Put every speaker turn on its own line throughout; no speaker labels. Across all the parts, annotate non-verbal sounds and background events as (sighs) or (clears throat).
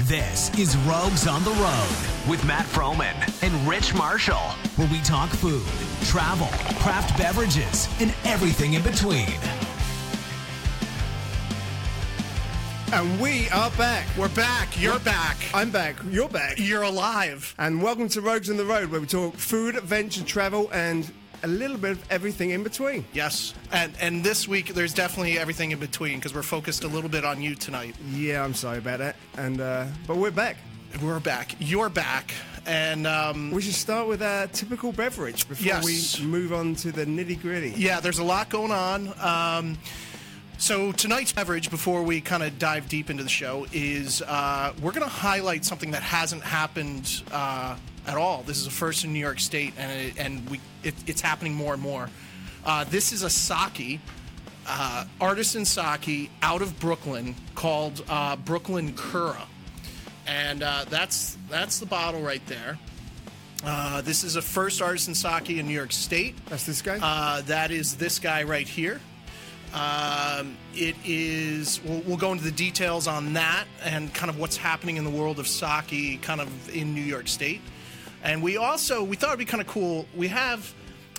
This is Rogues on the Road with Matt Froman and Rich Marshall, where we talk food, travel, craft beverages, and everything in between.
And we are back.
We're back. You're back.
I'm back. You're back.
You're alive.
And welcome to Rogues on the Road, where we talk food, adventure, travel, and a little bit of everything in between.
Yes. And and this week there's definitely everything in between because we're focused a little bit on you tonight.
Yeah, I'm sorry about that. And uh, but we're back.
We're back. You're back. And um,
We should start with a typical beverage before
Yes.
we move on to the nitty gritty.
yeah, there's a lot going on. Um, so tonight's beverage, before we kind of dive deep into the show, is uh, we're going to highlight something that hasn't happened uh, at all. This is a first in New York State, and it, and we it, it's happening more and more. Uh, this is a sake, uh, artisan sake out of Brooklyn called uh, Brooklyn Cura, and uh, that's that's the bottle right there. Uh, this is a first artisan sake in New York State.
That's this guy?
Uh, that is this guy right here. Um, it is. We'll, we'll go into the details on that and kind of what's happening in the world of sake, kind of in New York State. And we also we thought it'd be kind of cool. We have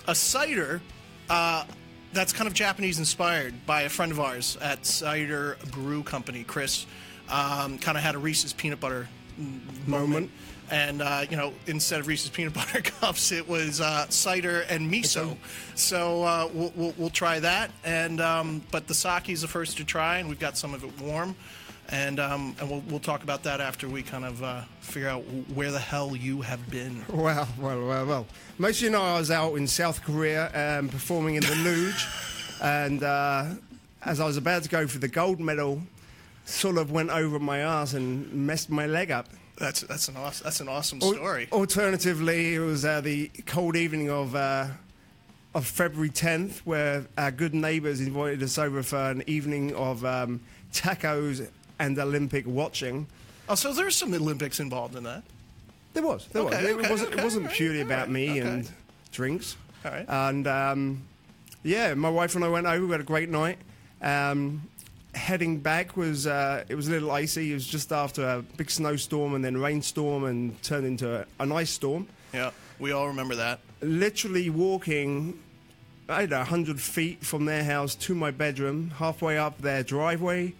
a cider uh, that's kind of Japanese inspired by a friend of ours at Cider Brew Company, Chris. Um, kind of had a Reese's peanut butter moment.
Moment.
And uh, you know, instead of Reese's peanut (laughs) butter cups, it was uh, cider and miso. So uh, we'll, we'll, we'll try that. And um, but the sake is the first to try, and we've got some of it warm. And um, and we'll, we'll talk about that after we kind of uh, figure out where the hell you have been.
Well, well, well, well. Most of you know I was out in South Korea um, performing in the luge, and uh, as I was about to go for the gold medal, sort of went over my ass and messed my leg up.
That's that's an awesome that's an awesome
Al-
story.
Alternatively, it was uh, the cold evening of uh, of February 10th, where our good neighbours invited us over for an evening of um, tacos and Olympic watching.
Oh, so there's some Olympics involved in that.
There was. There was.
Okay,
It
okay,
wasn't.
okay,
it wasn't
alright,
purely about
alright,
me
okay.
and drinks.
Alright.
And um, yeah, my wife and I went over. We had a great night. Um, heading back was uh, it was a little icy. It was just after a big snowstorm and then rainstorm and turned into a, an ice storm.
Yeah, we all remember that.
Literally walking. I don't know, 100 feet from their house to my bedroom, halfway up their driveway,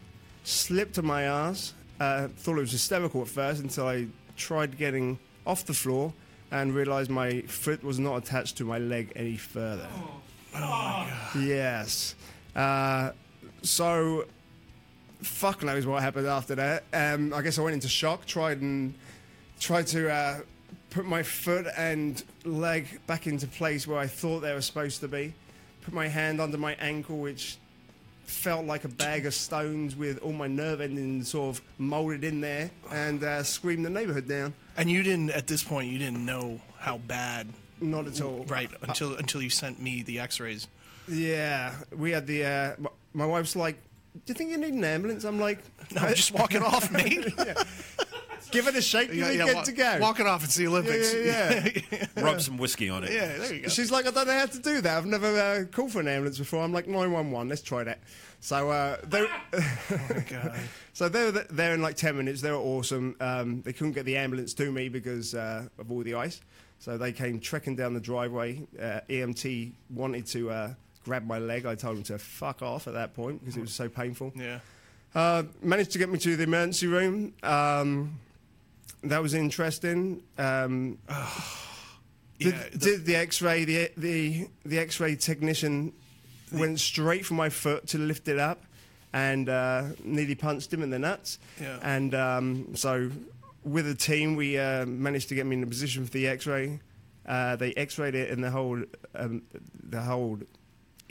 slipped on my ass. Uh, thought it was hysterical at first until I tried getting off the floor and realized my foot was not attached to my leg any further. Oh Yes. Uh, so, fuck knows what happened after that. Um, I guess I went into shock, tried and tried to uh, put my foot and leg back into place where I thought they were supposed to be. Put my hand under my ankle, which felt like a bag of stones with all my nerve endings sort of molded in there, and uh, screamed the neighborhood down.
And you didn't at this point you didn't know how bad
Not at all.
right until until you sent me the x-rays.
Yeah, we had the. Uh, m- my wife's like, "Do you think you need an ambulance?" I'm like, "Uh,
I'm just
(laughs)
walking off, mate.
Give it a shake. You need
wa-
to go.
Walk it off. It's the Olympics.
yeah, yeah.
Rub some whiskey on
(laughs)
it.
Yeah, there you go.
She's like, I don't know how to do that. I've never uh, called for an ambulance before. I'm like, 911. Let's try that. So uh, they,
God.
so they were th- there in like 10 minutes. They were awesome. Um, they couldn't get the ambulance to me because uh, of all the ice. So they came trekking down the driveway. Uh, EMT wanted to uh, grab my leg. I told him to fuck off at that point because it was so painful.
Yeah.
Uh, managed to get me to the emergency room. Um, that was interesting. Um,
Yeah,
did,
the-
did the X-ray? The the the X-ray technician went straight for my foot to lift it up, and uh, nearly punched him in the nuts.
Yeah.
And um, so, with the team, we uh, managed to get me in a position for the X-ray. Uh, they X-rayed it, and the whole um, the whole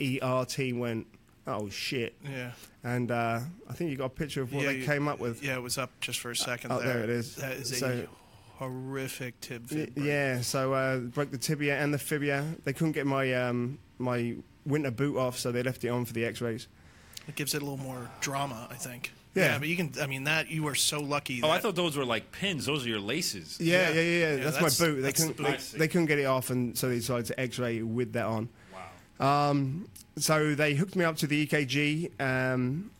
ER team went, "Oh shit!"
Yeah.
And uh, I think you got a picture of what
Yeah,
they
you-
came up with.
Yeah, it was up just for a second.
Oh,
there
there it is.
That is a
So-
horrific tib.
Y-
fib, bro.
Yeah, so uh, broke the tibia and the fibia. They couldn't get my um, my winter boot off, so they left it on for the X-rays.
It gives it a little more drama, I think.
Yeah.
but you can. I mean, that you are so lucky.
Oh, I
that-
thought those were like pins. Those are your laces.
Yeah,
Yeah.
yeah, yeah. yeah,
Yeah,
that's,
that's-
my boot. They
that's the
couldn't
boot.
I see.
They, they couldn't get it off, and so they decided to X-ray with that on.
Wow.
E Um, so they hooked me up to the EKG. Um,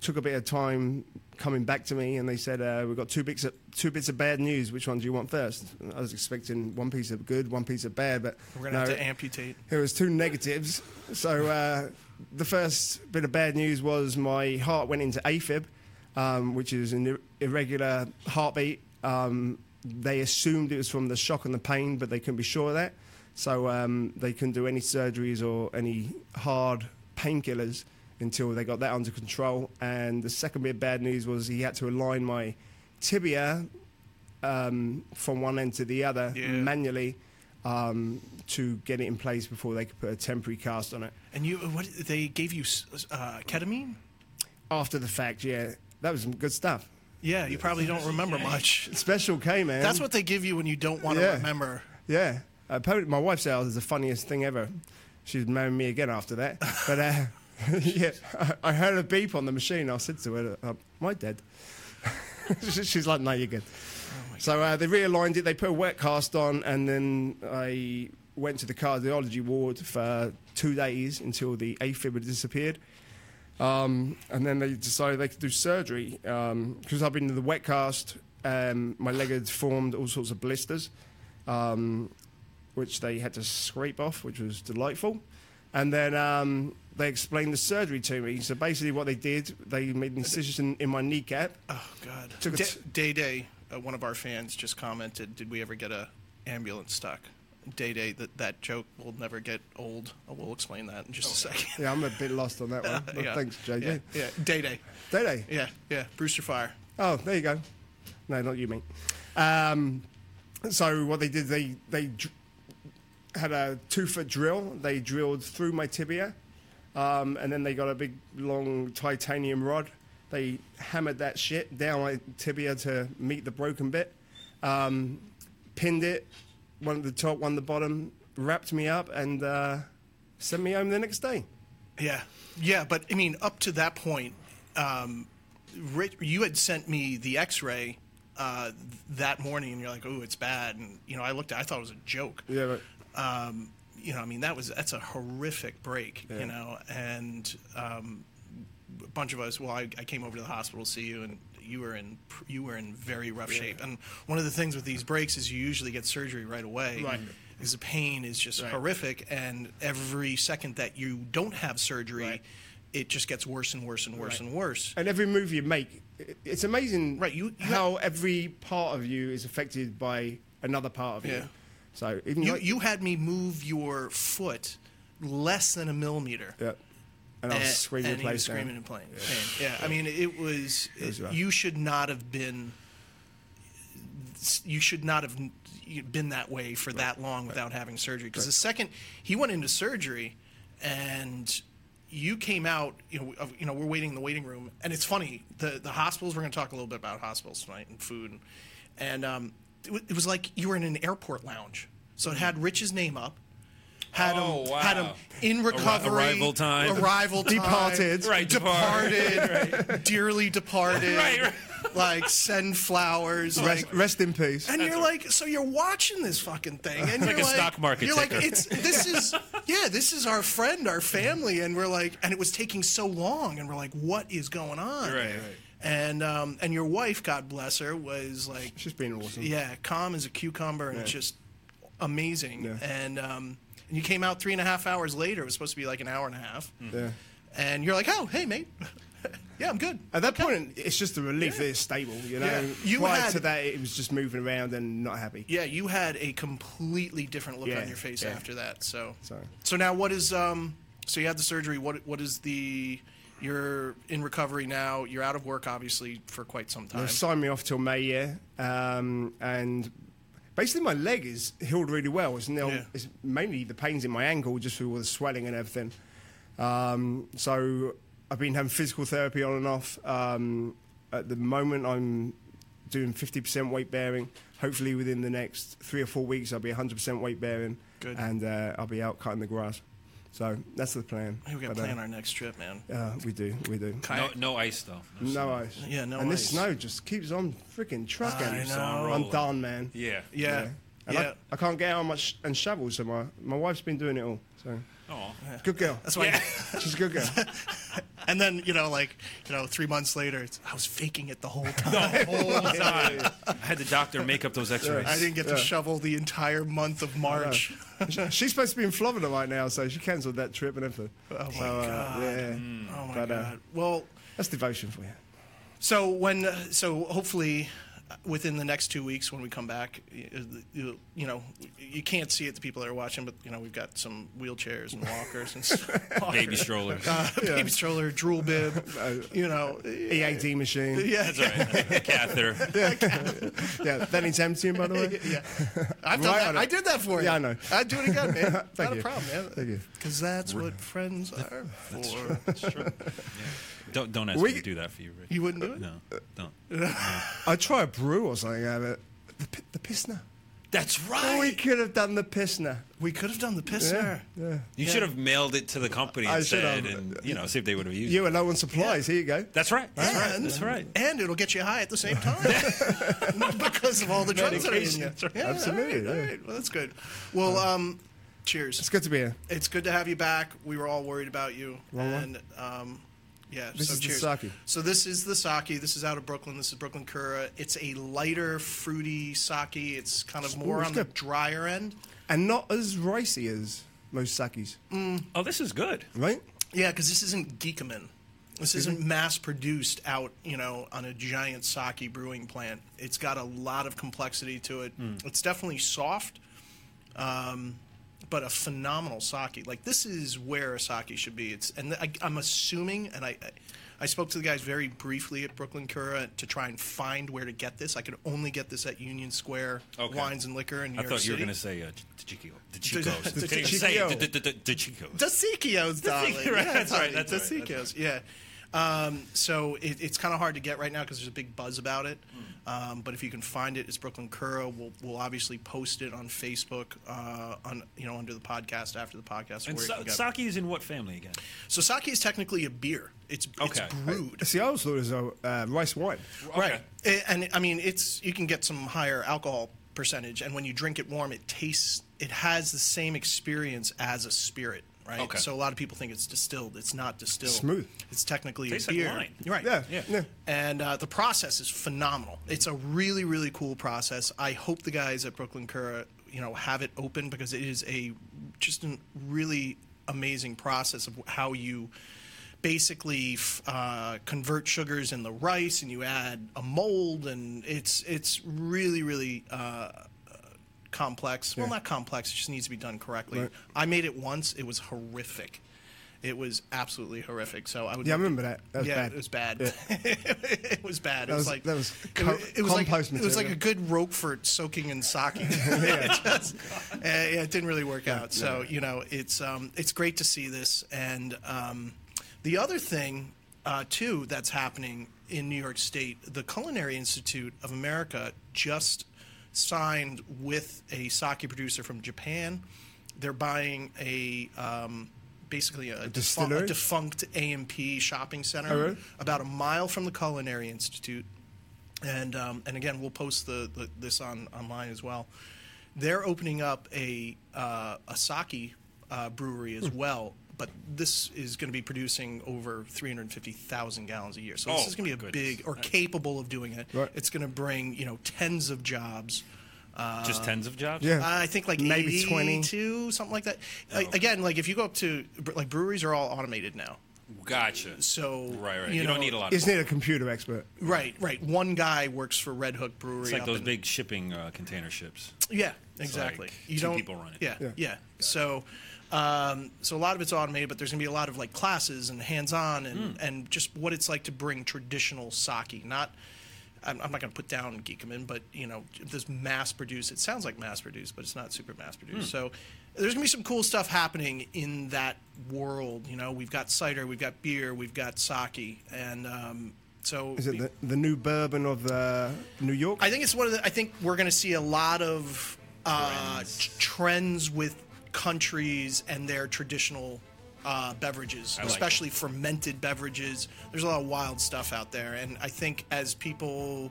took a bit of time coming back to me, and they said uh, we've got two bits of two bits of bad news. Which one do you want first? And I was expecting one piece of good, one piece of bad, but
We're gonna
no,
have to amputate.
It was two negatives. So uh, the first bit of bad news was my heart went into AFib, um, which is an ir- irregular heartbeat. Um, they assumed it was from the shock and the pain, but they couldn't be sure of that. So um, they couldn't do any surgeries or any hard painkillers until they got that under control. And the second bit of bad news was he had to align my tibia um, from one end to the other
Yeah.
manually um, to get it in place before they could put a temporary cast on it.
And you, what they gave you s- uh, ketamine?
After the fact, yeah, that was some good stuff.
Yeah, you probably don't remember much.
Special K, man.
That's what they give you when you don't want to
Yeah.
remember.
Yeah. Apparently, my wife said I was the funniest thing ever. She's marrying me again after that. But uh, (laughs) yeah, I, I heard a beep on the machine. I said to her, "Am I dead?" She- (laughs) She's like, "No, you're good." so uh, they realigned it. They put a wet cast on, and then I went to the cardiology ward for two days until the AFib had disappeared. Um, and then they decided they could do surgery because I've been in the wet cast. Um, my leg had formed all sorts of blisters, um, which they had to scrape off, which was delightful. And then um, they explained the surgery to me. So basically, what they did, they made an incision in my kneecap.
Oh God.
Took a
Da-
t-
Day Day, uh, one of our fans just commented, "Did we ever get a ambulance stuck?" Day Day, that that joke will never get old. Uh, We'll explain that in just a second.
Yeah, I'm a bit lost on that one. Oh. (laughs) Well,
(laughs) Yeah.
Thanks, JJ.
Yeah, yeah. Day Day.
Did they?
Yeah, yeah. Brewster Fire.
Oh, there you go. No, not you, mate. Um, so what they did, they they dr- had a two foot drill. They drilled through my tibia, um, and then they got a big long titanium rod. They hammered that shit down my tibia to meet the broken bit. Um, pinned it, one at the top, one at the bottom. Wrapped me up and uh, sent me home the next day.
Yeah, yeah. But I mean, up to that point, um, Rich, you had sent me the X-ray. Uh, th- that morning, and you're like, "Oh, it's bad," and you know, I looked. at it, I thought it was a joke.
Yeah, but
um, you know, I mean, that was that's a horrific break, you know, and um, a bunch of us. Well, I, I came over to the hospital to see you, and you were in pr- you were in very rough shape. And one of the things with these breaks is you usually get surgery right away.
Right.
Because the pain is just horrific, and every second that you don't have surgery, it just gets worse and worse and worse and worse.
and every move you make, i- it's amazing.
Right, you- you
how every part of you is affected by another part of
Yeah.
you. So even
You,
like,
you had me move your foot less than a millimeter.
yeah, and I was
and-
screaming,
and he was
place down.
Eh, screaming and playing. Yeah. yeah, I mean, it was.
was rough.
you should not have been. You should not have been that way for that long without having surgery. Because the second he went into surgery, and you came out, you know, of, you know, we're waiting in the waiting room, and it's funny. The the hospitals. We're going to talk a little bit about hospitals tonight and food, and, and um, it, wa- it was like you were in an airport lounge. So it had Rich's name up. Had
Oh,
him, had him
wow.
in recovery,
arrival time.
arrival time,
(laughs) Departed.
Right, depart. (laughs)
departed, dearly departed,
Right,
like send flowers,
Rest,
like.
rest in peace.
And you're like, so you're watching this fucking thing, and you're
like a stock market
You're like,
ticker.
it's this is, yeah, this is our friend, our family, and we're like, and it was taking so long, and we're like, what is going on?
Right, right.
And um, and your wife, God bless her, was like,
She's been awesome.
yeah, calm as a cucumber, and it's just amazing.
Yeah.
And um, and you came out three and a half hours later. It was supposed to be like an hour and a half.
Yeah.
And you're like, oh, hey, mate. (laughs) yeah, I'm good.
At that point, it's just a relief that it's stable. You know,
Yeah. You
prior
had-
to that, it was just moving around and not happy.
Yeah, you had a completely different look
Yeah,
on your face
yeah.
after that. So.
Sorry.
So now, what is um? So you had the surgery. What what is the? You're in recovery now. You're out of work, obviously, for quite some time.
They signed me off till May, yeah. Um, and basically, my leg is healed really well. It's, now,
Yeah.
it's mainly the pains in my ankle, just through all the swelling and everything. Um, so I've been having physical therapy on and off. Um, at the moment, I'm doing 50% weight bearing. Hopefully, within the next three or four weeks, I'll be 100% weight bearing.
Good.
And uh, I'll be out cutting the grass. So that's the plan.
we got to
But,
plan our next trip, man.
uh, uh, we do, we do.
No, no ice though. No
No
snow.
ice.
Yeah, no
And
ice.
this snow just keeps on freaking trucking.
I know.
I'm done, man.
Yeah.
Yeah.
And
Yeah.
I, I can't get out much and shovel, so my, my wife's been doing it all. So
Aw.
good girl. (laughs)
(laughs) That's why.
She's a good girl.
and then you know, like you know, three months later, it's, I was faking it the (laughs) whole time.
I had the doctor
(laughs)
make up those X-rays.
I didn't get to shovel the entire month of March.
She's supposed to be in Florida right now, so she cancelled that trip and everything. Oh
my
god! Yeah,
Oh my
But, uh,
god! Well,
that's devotion for you.
so when uh, so hopefully uh, within the next two weeks when we come back, y- uh, you, you know you can't see it the people that are watching, but you know we've got some wheelchairs and walkers and
(laughs)
stuff. (laughs)
Baby strollers.
baby stroller, drool bib, you know.
EAD E machine.
(laughs) Yeah,
That's right. Catheter.
Yeah, that needs emptying, by the way. (laughs)
yeah. I've done
Right
that.
on it.
I did that for you.
Yeah, I know.
I'd do it again, man.
(laughs)
Thank Not
you.
a problem, man.
Thank you.
Because that's what
(laughs)
friends are for.
Don't don't ask
We-
me to do that for you, Rick.
You wouldn't do it?
No, don't.
I'd try a brew or something out of it. The, pi- the Pissner.
That's
Oh, we
right.
could have done the Pissner.
We could have done the pisser.
Yeah.
You should have mailed it to the company
I
and
should
said,
have.
and you know, see if they would have used
You
it.
were low on supplies. Here you go.
That's right. That's right.
And-
That's right.
And it'll get you high at the
(laughs)
same time (laughs) because of all the drugs that are in you.
Medication. Absolutely, yeah.
All right,
Uh,
all right. Well, that's good. Well, um, cheers.
It's good to be here.
It's good to have you back. We were all worried about you. and um, yeah,
This
so
is the
cheers.
sake.
So this is the sake. This is out of Brooklyn. This is Brooklyn Cura. It's a lighter, fruity sake. It's kind of more
it's
on the
good.
drier end.
And not as racy as most sakis,
Oh, this is good.
right?
Yeah, because this isn't Geekamin. This isn't mass produced out, you know, on a giant sake brewing plant. It's got a lot of complexity to it.
Hmm.
It's definitely soft, um, but a phenomenal sake. Like this is where a sake should be. It's and I, I'm assuming, and I, I, I spoke to the guys very briefly at Brooklyn Cura to try and find where to get this. I could only get this at Union Square
Okay.
Wines and Liquor in New
I
York
thought you were
City.
going to say uh, Chico. Chico's.
The- the-
Couldn't even say it. The- the- the- the Chico's.
Dasikios, darling.
Dasiki- (laughs) right,
Yeah,
that's right,
darling,
that's right, that's
Dasikios, yeah. Um, so it, it's kind of hard to get right now because there's a big buzz about it.
Hmm.
Um, but if you can find it, it's Brooklyn Cura. We'll, we'll obviously post it on Facebook, uh, on you know under the podcast after the podcast.
And
where
so,
you can get-
sake is in what family again?
so sake is technically a beer. It's
Okay.
it's brewed.
See, I always thought it was a uh, rice wine.
Right. A- And I mean, it's you can get some higher alcohol percentage, and when you drink it warm, it tastes. It has the same experience as a spirit, right?
Okay.
So a lot of people think it's distilled. It's not distilled.
Smooth.
It's technically
Tastes
a
like
beer.
wine.
You're right.
Yeah.
Yeah.
And uh, the process is phenomenal. It's a really, really cool process. I hope the guys at Brooklyn Cura, you know, have it open because it is a just a really amazing process of how you basically f- uh, convert sugars in the rice and you add a mold and it's it's really, really. Uh, complex. Well, not complex. It just needs to be done correctly. I made it once. It was horrific. It was absolutely horrific. So I would.
Yeah, I remember that. That was
yeah,
bad.
it was bad. (laughs) it was bad. It
That
was,
was-
like
that was
it, wa-
co-
it was like
compost
it was like a
material.
good Roquefort soaking
(laughs)
in sake. it, just- uh, yeah, it didn't really work out. So you know, it's um, it's great to see this. And um, the other thing uh, too that's happening in New York State, the Culinary Institute of America just signed with a sake producer from Japan. They're buying a um, basically a, defu- a
distillery?
defunct AMP shopping center
really?
about a mile from the Culinary Institute. And um, and again, we'll post the, the this on online as well. They're opening up a uh, a sake uh, brewery
Hmm.
as well, but this is going to be producing over 350,000 gallons a year. So this
Oh,
is going to
my
be a
goodness.
big or capable of doing it.
Right.
It's going to bring you know tens of jobs.
Just tens of jobs?
Yeah.
Uh, I think like
Maybe 20.
22, something like that.
Oh.
A- Again, like if you go up to like breweries are all automated now.
Gotcha.
So
right, right.
you
You, don't
know,
need a lot of
Isn't it a computer expert?
Right, right. One guy works for Red Hook Brewery.
It's like
up
those
in-
big shipping uh, container ships.
Yeah, exactly.
like two people run it.
Yeah, yeah.
Yeah.
So, um, so a lot of it's automated, but there's gonna be a lot of like classes and hands-on and
Hmm.
and just what it's like to bring traditional sake. Not, I'm, I'm not gonna put down Geekerman, but you know, this mass-produced. It sounds like mass-produced, but it's not super mass-produced.
Hmm.
So. There's gonna be some cool stuff happening in that world, you know. We've got cider, we've got beer, we've got sake, and um, so
Is it the, the new bourbon of uh, New York?
I think it's one of the. I think we're going to see a lot of uh,
Trends.
t- trends with countries and their traditional uh, beverages,
like
especially fermented beverages. There's a lot of wild stuff out there, and I think as people.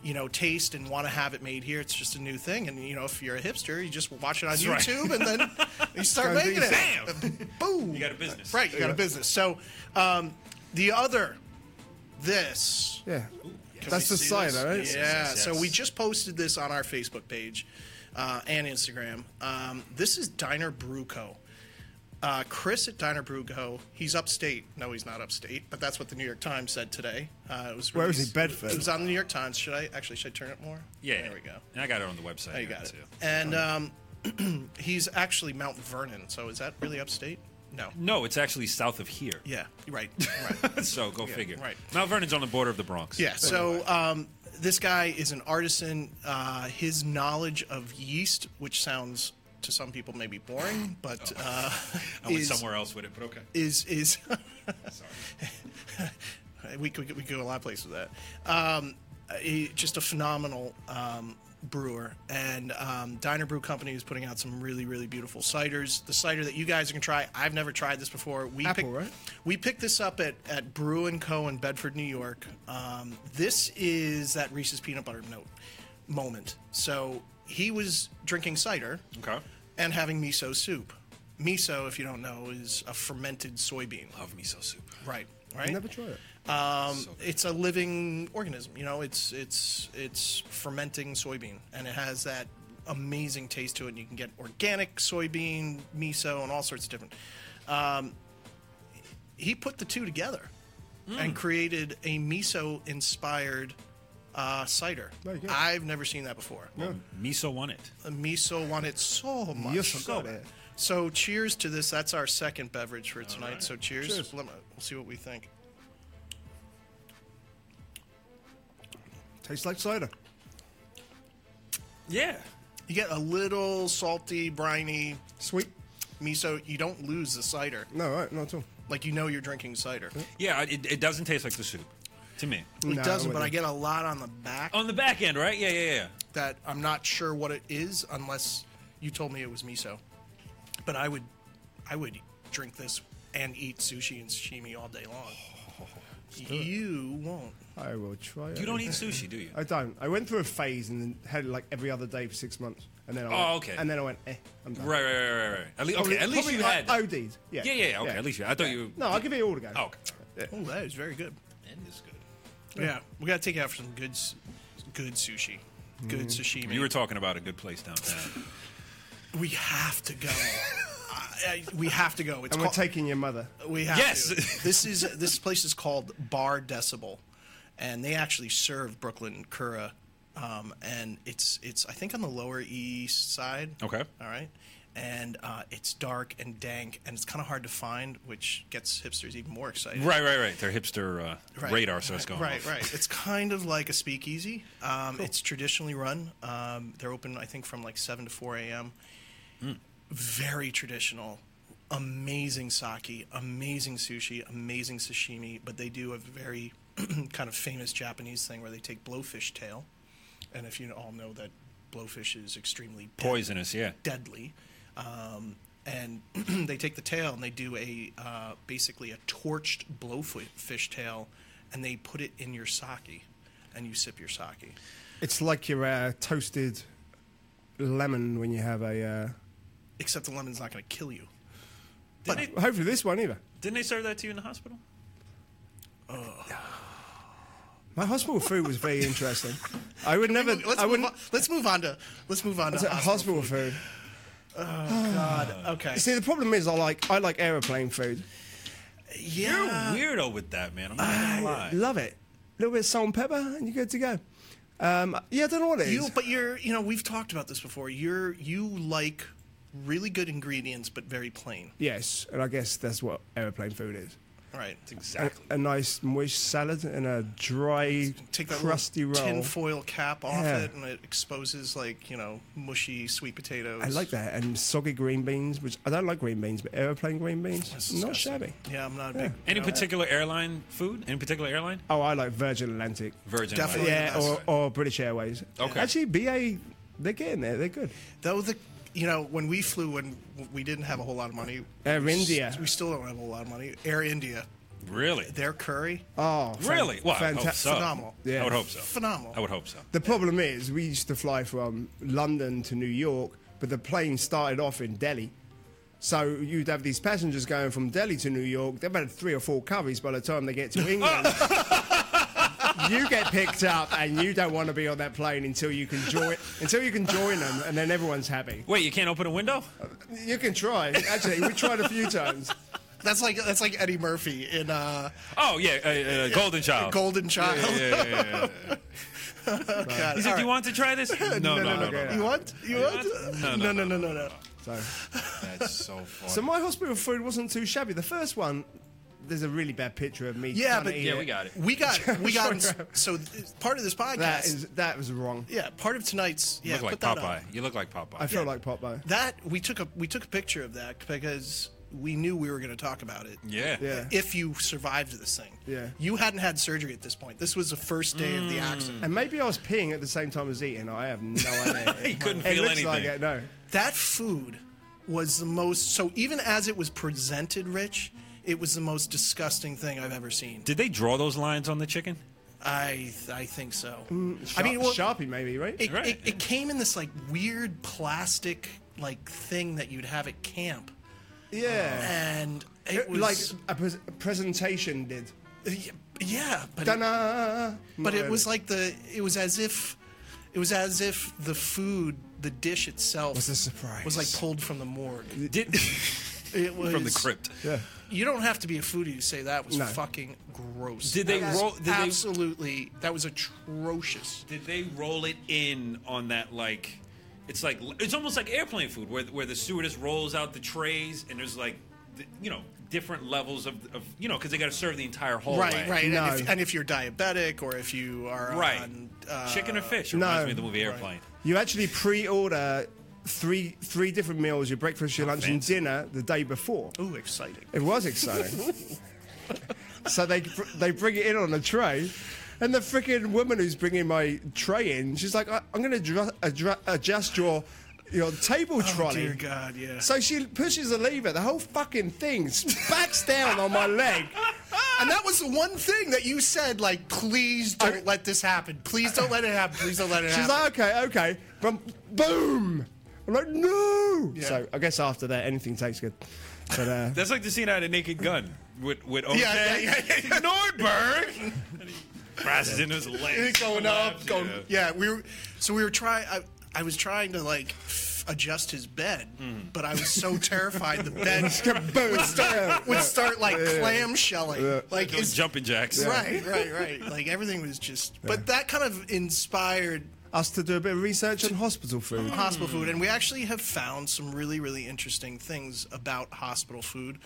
You know, taste and want to have it made here. It's just a new thing, and you know, if you're a hipster, you just watch it on
right.
YouTube, and
(laughs)
then you start
Gotta do
making it.
Bam!
Boom!
You got a business.
right? You got a business. So, um, The other, this.
Yeah.
Can
That's
we
the
see
cider, right?
this? Yeah.
yes,
So
yes.
we just posted this on our Facebook page uh, and Instagram. Um, this is Diner Brew Co. Uh, Chris at Diner Brew Co. He's upstate. No, he's not upstate, but that's what the New York Times said today. Uh, it was
Where is
released-
he? Bedford?
It was on the New York Times. Should I actually should I turn it more?
Yeah.
There we go.
And I got it on the website.
Oh, you
here,
got it.
too.
And um, (clears throat) he's actually Mount Vernon. So is that really upstate? No.
No, it's actually south of here.
Yeah. Right. Right.
So go figure.
right.
Mount Vernon's on the border of the Bronx.
Yeah. So um, this guy is an artisan. Uh, his knowledge of yeast, which sounds to some people maybe boring, but uh,
Oh. (laughs) I went
is-
somewhere else with it, but okay.
is is (laughs)
Sorry.
we could we could go a lot of places with that. Um, he, just a phenomenal um, brewer, and um, Diner Brew Company is putting out some really really beautiful ciders. The cider that you guys can try, I've never tried this before. We
Apple,
picked,
right?
We picked this up at at Brew and Co in Bedford, New York. Um, this is that Reese's peanut butter note moment. So he was drinking cider
Okay.
and having miso soup. Miso, if you don't know, is a fermented soybean.
Love miso soup.
Right. Right.
I never tried it.
Um, it's a living organism. You know, it's it's it's fermenting soybean, and it has that amazing taste to it. And you can get organic soybean miso and all sorts of different. Um, he put the two together
Hmm.
and created a miso inspired uh, cider.
There you go.
I've never seen that before.
Miso won it.
The miso wanted so much.
Yes, I got it.
So cheers to this. That's our second beverage for tonight. So cheers. Let me- we'll see what we think.
Tastes like cider.
Yeah.
You get a little salty, briny
Sweet.
miso. You don't lose the cider.
No, right, not at all.
Like you know you're drinking cider.
Yeah, I- it, it doesn't taste like the soup to me.
It
No,
doesn't,
it
but Mm. I
wouldn't.
get a lot on the back
On the back end, right? Yeah, yeah, yeah.
that I'm not sure what it is unless you told me it was miso. But I would, I would drink this and eat sushi and sashimi all day long. (sighs) You won't.
I will try it.
You don't eat sushi, do you?
I don't. I went through a phase and then had it like every other day for six months, and then I
Oh,
went,
okay.
And then I went, eh, I'm done.
Right, right, right, right, right. At
Oh,
least, okay, at least you had.
I, OD'd. Yeah.
yeah, yeah, yeah, okay. At least you. I thought you.
No, I'll give it all to go.
Oh, okay.
Oh, that is very good.
End is good.
Yeah, we gotta take it out for some good, s- good sushi, good sashimi.
You were talking about a good place downtown.
we have to (laughs) go. I, I, we have to go. It's
And we're
called-
taking your mother.
We have
Yes. (laughs)
to. this is this place is called Bar Decibel, and they actually serve Brooklyn Cura, um, and it's it's I think on the Lower East Side.
Okay.
All right. And uh, it's dark and dank, and it's kind of hard to find, which gets hipsters even more excited.
right, right, right. Their hipster uh,
Right.
radar starts going
Right,
off.
right.
(laughs)
It's kind of like a speakeasy. Um, It's traditionally run. Um, they're open, I think, from like seven to four a.m.
Hmm.
Very traditional. Amazing sake, amazing sushi, amazing sashimi. But they do a very (clears throat) kind of famous Japanese thing where they take blowfish tail, and if you all know that blowfish is extremely dead-
Poisonous, yeah.
deadly. Um, and (clears throat) they take the tail and they do a uh, basically a torched blowfish tail, and they put it in your sake, and you sip your sake.
It's like your uh, toasted lemon when you have a.
Except the lemon's not going to kill you.
Didn't,
Uh, hopefully this one either.
they, didn't they serve that to you in the hospital?
My hospital food was very interesting. I would never.
Let's,
I
move
wouldn't.
on, let's move on to let's move on to
Hospital,
hospital.
food.
Okay.
See, the problem is, I like I like aeroplane food.
Yeah.
You're a Uh, weirdo with that, man. I'm not gonna lie.
Love it. A little bit of salt and pepper, and you're good to go. Um, yeah, I don't know what it is.
You, but you're, you know, we've talked about this before. You're, you like really good ingredients, but very plain,
yes, and I guess that's what aeroplane food is.
right?
A,
Exactly.
a nice moist salad and a dry,
take that
crusty
little
roll.
tin foil cap off
Yeah.
it, and it exposes like you know mushy sweet potatoes.
I like that. And soggy green beans, which I don't like green beans, but aeroplane green beans,
That's
not
disgusting.
shabby.
Yeah, I'm not a big.
Any
no,
particular airline food? Any particular airline?
Oh, I like Virgin Atlantic.
Virgin.
Definitely.
Atlantic.
Yeah, or, or British Airways.
Okay.
Actually, BA, they're getting there. They're good.
Though the, you know, when we flew, when we didn't have a whole lot of money.
Air
we s-
India.
We still don't have a whole lot of money. Air India.
Really?
Their curry.
Oh, fan-
Really? Well, I hope
fanta-
so.
phenomenal.
I
Yeah.
would hope so.
Phenomenal.
I would hope so.
The problem is, we used to fly from London to New York, but the plane started off in Delhi. So you'd have these passengers going from Delhi to New York. They've had three or four curries by the time they get to
(laughs)
England. you get picked up, and you don't want to be on that plane until you can join until you can join them, and then everyone's happy.
Wait, you can't open a window?
You can try. Actually, we tried a few times.
That's like that's like Eddie Murphy in uh,
Oh yeah, uh, uh, Golden Child.
Golden Child.
Yeah, yeah, yeah, yeah.
(laughs) God,
He
all
said, "Do
right.
you want to try this?"
(laughs)
No, no, no.
no.
no, no.
You want? You want?
want?
No,
No,
no,
no,
no, no, no.
So.
That's so funny.
So my hospital food wasn't too shabby. The first one, there's a really bad picture of me.
Yeah,
trying to
but
eat
Yeah, we got it.
We got
(laughs)
we got so th- part of this podcast.
That is that was wrong.
yeah, part of tonight's
you
yeah.
look like
put that
Popeye.
up.
You look like Popeye.
I feel like Popeye.
That we took a we took a picture of that because we knew we were going to talk about it.
yeah.
Yeah.
If you survived this thing.
Yeah.
You hadn't had surgery at this point. This was the first day of
Mm.
the accident.
And maybe I was peeing at the same time as eating. I have no idea.
(laughs) He couldn't
it
feel
looks like
anything.
it. No.
that food was the most so even as it was presented rich it was the most disgusting thing i've ever seen
Did they draw those lines on the chicken?
i i think so
Sharp, Sharpie maybe right.
it,
Right.
it, it came in this like weird plastic like thing that you'd have at camp
yeah.
and it was
like a, pres- a presentation did.
yeah but it-
Ta-da!
but
Not
it was
really.
like the it was as if it was as if the food the dish itself
Was a surprise.
was like pulled from the morgue (laughs)
Did (laughs)
it was
from the crypt?
You don't have to be a foodie to say that was
No.
fucking gross.
Did they
That was
roll- did they-
absolutely. That was atrocious.
Did they roll it in on that like? It's like it's almost like airplane food, where where the stewardess rolls out the trays and there's like, th- you know, different levels of, of you know, because they got to serve the entire hallway.
right, right.
No.
And, if, and if you're diabetic or if you are
right.
on, uh,
Chicken or fish? It
no.
reminds me of the movie Airplane.
You actually pre-order three three different meals: your breakfast, your lunch, and
fancy.
dinner the day before.
ooh, exciting.
It was
(laughs)
exciting. so they they bring it in on a tray, and the freaking woman who's bringing my tray in, she's like, I, "I'm going to adru- adjust your your table trolley."
Oh, Dear God, yeah.
So she pushes the lever, the whole fucking thing backs down on my leg.
and that was the one thing that you said, like, please don't let this happen. Please don't let it happen. Please don't let it
She's
happen.
like, "Okay, okay," but boom! I'm like, "No!"
Yeah.
So I guess after that, anything tastes good. But uh, (laughs)
That's like the scene out of Naked Gun with with
(laughs)
Oshag.
yeah, yeah, yeah.
Nordberg.
(laughs)
and he crashes into his legs.
going up, going.
Yeah.
Yeah, we were. So we were trying. I, I was trying to like f- adjust his bed, but I was so terrified the bed would start would start like clam shelling. Like
Those
it's
jumping jacks.
right, right, right. Like everything was just. But that kind of inspired
us to do a bit of research on hospital food.
hospital food, and we actually have found some really, really interesting things about hospital food.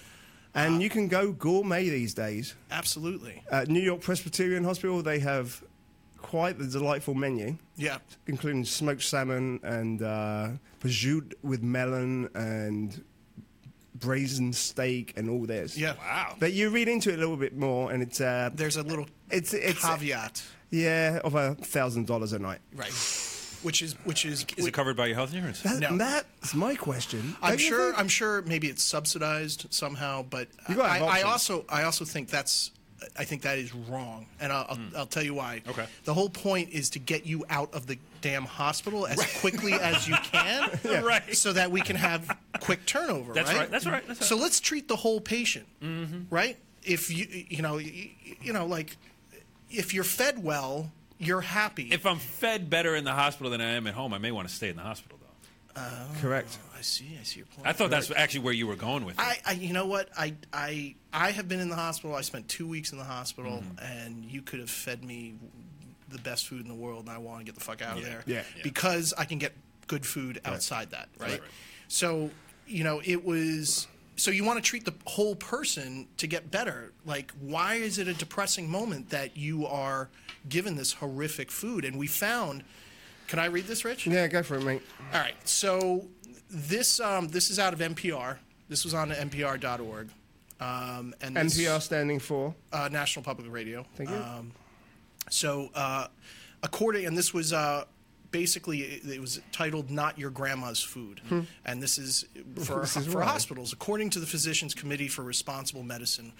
And you can go gourmet these days.
Absolutely.
At New York Presbyterian Hospital, they have quite the delightful menu,
Yeah.
including smoked salmon and uh, prosciutto with melon and braised steak and all this.
Yeah.
Wow.
But you read into it a little bit more, and it's uh,
There's a little
It's- it's-
caveat,
yeah, of a thousand dollars a night.
right? Which is which is
Is it covered by your health insurance?
No.
And that's my question.
I'm
Don't you
sure.
think-
I'm sure. Maybe it's subsidized somehow, but
You gotta
I,
have
I
options.
also I also think that's I think that is wrong, and I'll, I'll, I'll tell you why.
Hmm. Okay.
The whole point is to get you out of the damn hospital as
(laughs)
quickly as you can,
Right.
So that we can have quick turnover.
That's
right.
right, that's right, that's right. Mm-hmm.
So let's treat the whole patient, right? If you you know you, you know like if you're fed well, you're happy.
If I'm fed better in the hospital than I am at home, I may want to stay in the hospital though.
correct.
Oh, I see. I see your point.
I thought that's actually where you were going with it.
I, I you know what I I I have been in the hospital. I spent two weeks in the hospital, and you could have fed me the best food in the world, and I want to get the fuck out of there.
Yeah. Yeah.
because I can get good food outside that, right?
right.
So you know it was. So you want to treat the whole person to get better. Like, why is it a depressing moment that you are given this horrific food? And we found. Can I read this, Rich?
Yeah, go for it, mate.
All right. So this um, this is out of NPR. This was on NPR.org. Um, and this,
NPR standing for
uh, National Public Radio.
Thank you.
Um, So, uh, according, and this was uh, basically it, it was titled "Not Your Grandma's Food," and this is for
Hmm. (laughs) This is
for
why.
hospitals. According to the Physicians Committee for Responsible Medicine,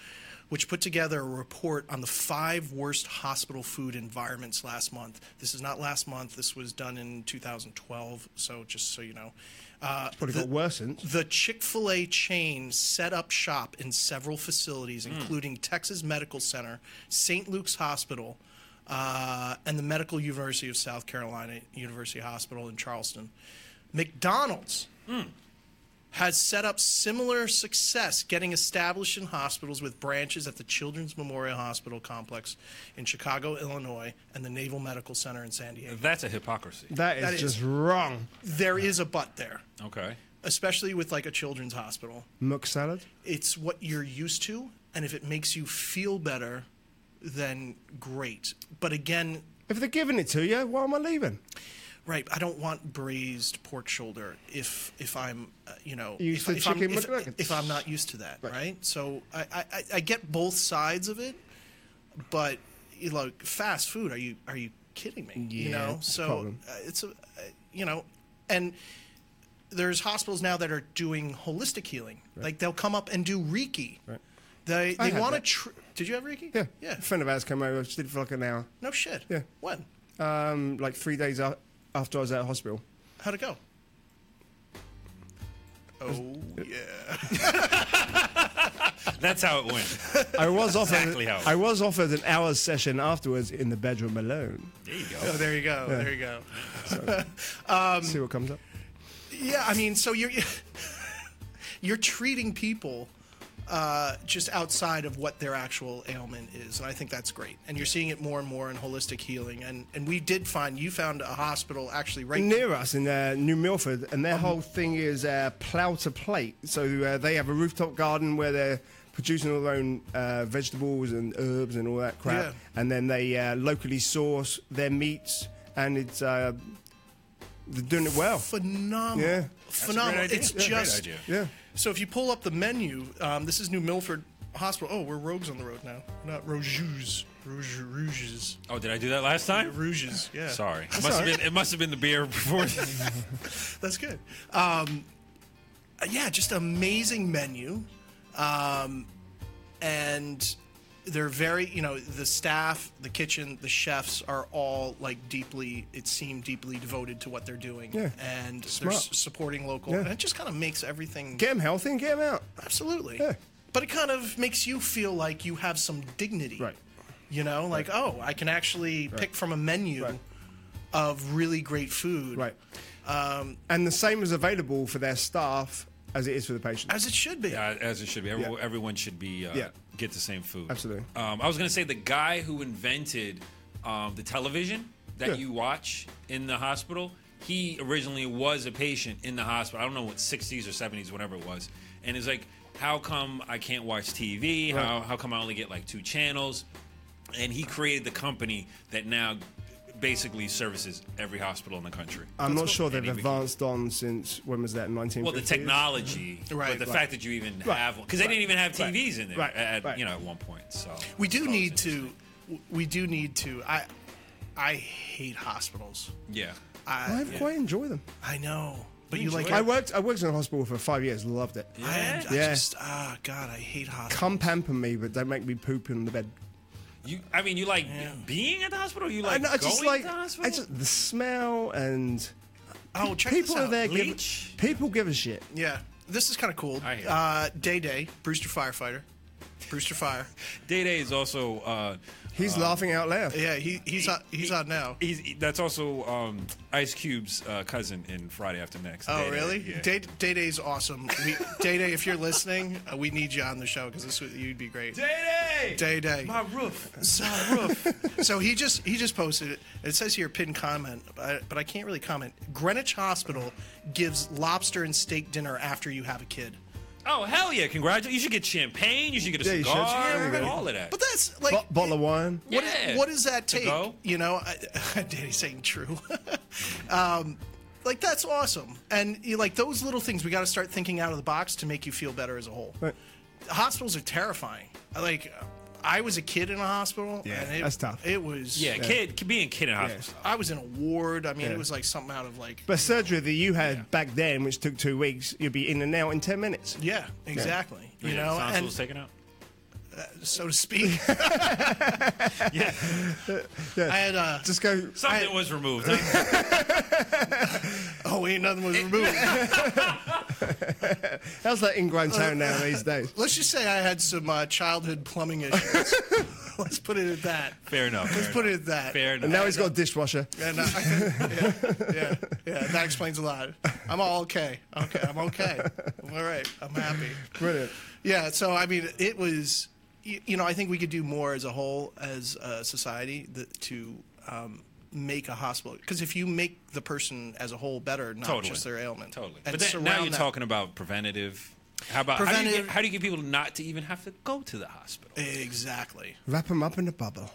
which put together a report on the five worst hospital food environments last month. This is not last month. This was done in 2012. So just so you know, uh,
Probably got worse since.
the Chick fil A chain set up shop in several facilities, including Texas Medical Center, St. Luke's Hospital, uh, and the Medical University of South Carolina University Hospital in Charleston. McDonald's has set up similar success getting established in hospitals with branches at the Children's Memorial Hospital complex in Chicago, Illinois, and the Naval Medical Center in San Diego.
That's a hypocrisy.
That is,
That is-
just wrong.
There is a but there,
Okay.
especially with like a children's hospital.
Muck salad.
it's what you're used to and if it makes you feel better then great but again
If they're giving it to you, why am I leaving?
right i don't want braised pork shoulder if if i'm uh, you know
You
if,
said
if, I'm,
chicken
if,
McNuggets.
if i'm not used to that right, so I, I I- i get both sides of it but you know, like fast food are you are you kidding me you
Yeah,
know
it's a
so
problem.
uh, it's a uh, you know and there's hospitals now that are doing holistic healing. Like they'll come up and do Reiki. Right. They
I
they
had
want to.
that.
Tr- Did you have Reiki?
Yeah.
Yeah.
A friend of ours came over, she did it for like an hour.
No shit.
Yeah.
When?
Um, like three days a- after I was out of hospital.
How'd it go? Oh yeah.
That's how it went.
I was offered
Exactly how it
I was offered an hour's session afterwards in the bedroom alone.
(laughs) There you
Oh,
go.
there you go. There you go.
See what comes up.
Yeah, I mean, so you're (laughs) you're treating people uh, just outside of what their actual ailment is, and I think that's great. And you're seeing it more and more in holistic healing. And and we did find you found a hospital actually right
Near us in uh, New Milford, and their whole thing is uh, plow to plate. So uh, they have a rooftop garden where they're producing all their own uh, vegetables and herbs and all that crap,
Yeah.
and then they uh, locally source their meats, and it's uh, they're doing it well.
phenomenal.
Yeah.
Phenomenal.
idea.
It's
Yeah, great
just
idea.
Yeah.
So if you pull up the menu, um, this is New Milford Hospital. Oh, we're rogues on the road now. Not Rouges. Rouges. Rouges.
Oh, did I do that last time?
Rouges. Yeah.
Sorry. It must, have been, it must have been the beer (laughs) before.
That's good. Um, yeah, just amazing menu. Um, and they're very, you know, the staff, the kitchen, the chefs are all like deeply, it seemed deeply devoted to what they're doing.
Yeah.
And
Smart.
they're s- supporting local.
Yeah.
And it just kind of makes everything.
Get them healthy and get them out.
Absolutely.
Yeah.
But it kind of makes you feel like you have some dignity.
Right.
You know, like, oh, I can actually pick from a menu
Right.
of really great food.
Right. Um, and the same is available for their staff as it is for the patients.
As it should be.
Yeah, as it should be. Everyone,
Yeah.
everyone should be uh,
Yeah.
get the same food.
Absolutely.
Um, I was gonna say the guy who invented um, the television that
Yeah.
you watch in the hospital. He originally was a patient in the hospital. I don't know what 60s or 70s, whatever it was. And it's like, how come I can't watch TV? How how come I only get like two channels? And he created the company that now basically services every hospital in the country.
I'm not sure
And
they've
he became-
advanced on since when was that? 19.
well, the technology,
Mm-hmm.
Right,
but the
right.
fact that you even have one, because they didn't even have TVs in there
right,
at
right.
you know at one point. So
we
so
do
it's
need to
interesting.
we do need to I I hate hospitals.
Yeah,
I quite enjoy them.
I know. But you like
I worked. I worked in a hospital for five years. Loved it.
I, I
Yeah.
just ah god, I hate hospitals.
Come pamper me, but don't make me poop in the bed.
you. I mean, you like being at the hospital. You like
I, know, I
going
just like.
to the hospital.
I just the smell and
oh, check
people
this out.
are there. Give,
Bleach?
people give a shit.
Yeah. This is kind of cool.
I hear.
Uh Day Day, Brewster firefighter. Brewster Fire.
Day Day is also. Uh,
He's laughing out loud.
Yeah, he he's on he's on now.
He's he- that's also um, Ice Cube's uh, cousin in Friday After Next.
Oh,
Day Day,
really?
yeah.
Day Day Day's awesome. We, Day Day, if you're listening, uh, we need you on the show because this would, you'd be great.
Day Day.
Day Day.
My roof. It's My roof.
So he just he just posted it. It says here pin comment, but I, but I can't really comment. Greenwich Hospital gives lobster and steak dinner after you have a kid.
oh hell yeah! Congratulations. You should get champagne. You should get a
Yeah, you should.
cigar.
Yeah, everybody.
all of that.
But that's like
Bo- bottle of wine.
What,
Yeah.
what does that
To
take?
go.
You know, I, (laughs) Danny's saying true. um, like that's awesome, and you like those little things. We got to start thinking out of the box to make you feel better as a whole.
Right.
Hospitals are terrifying. Like, I was a kid in a hospital.
Yeah,
and it,
that's tough.
It was.
yeah, kid, being a kid in hospital.
I was in a ward. I mean,
Yeah.
it was like something out of like.
But surgery that you had back then, which took two weeks, you'd be in and out in ten minutes.
Yeah, exactly. You
Yeah,
know,
tonsils
and
taken out.
uh, so to (laughs) speak.
Yeah,
I had uh,
Just go.
something was removed. huh?
oh, ain't nothing was removed.
How's that in Grand Town now these days?
(laughs) Let's just say I had some uh, childhood plumbing (laughs) issues. Let's put it at that. (laughs)
Fair enough.
Let's
fair
put it
enough.
at that.
Fair
And
enough.
now he's got a dishwasher.
And uh, I think, yeah, yeah, yeah, that explains a lot. I'm all okay. Okay, I'm okay. I'm all right. I'm happy.
Brilliant.
Yeah. So I mean, it was, you, you know, I think we could do more as a whole, as a society, that, to um, make a hospital. Because if you make the person as a whole better, not
totally.
just their ailment,
Totally.
and
But then, now
surround
you're
that-
talking about preventative. How about How, do you
Preventive-
get, how do you get people not to even have to go to the
Eh,
hospital?
exactly.
Wrap him up in a bubble.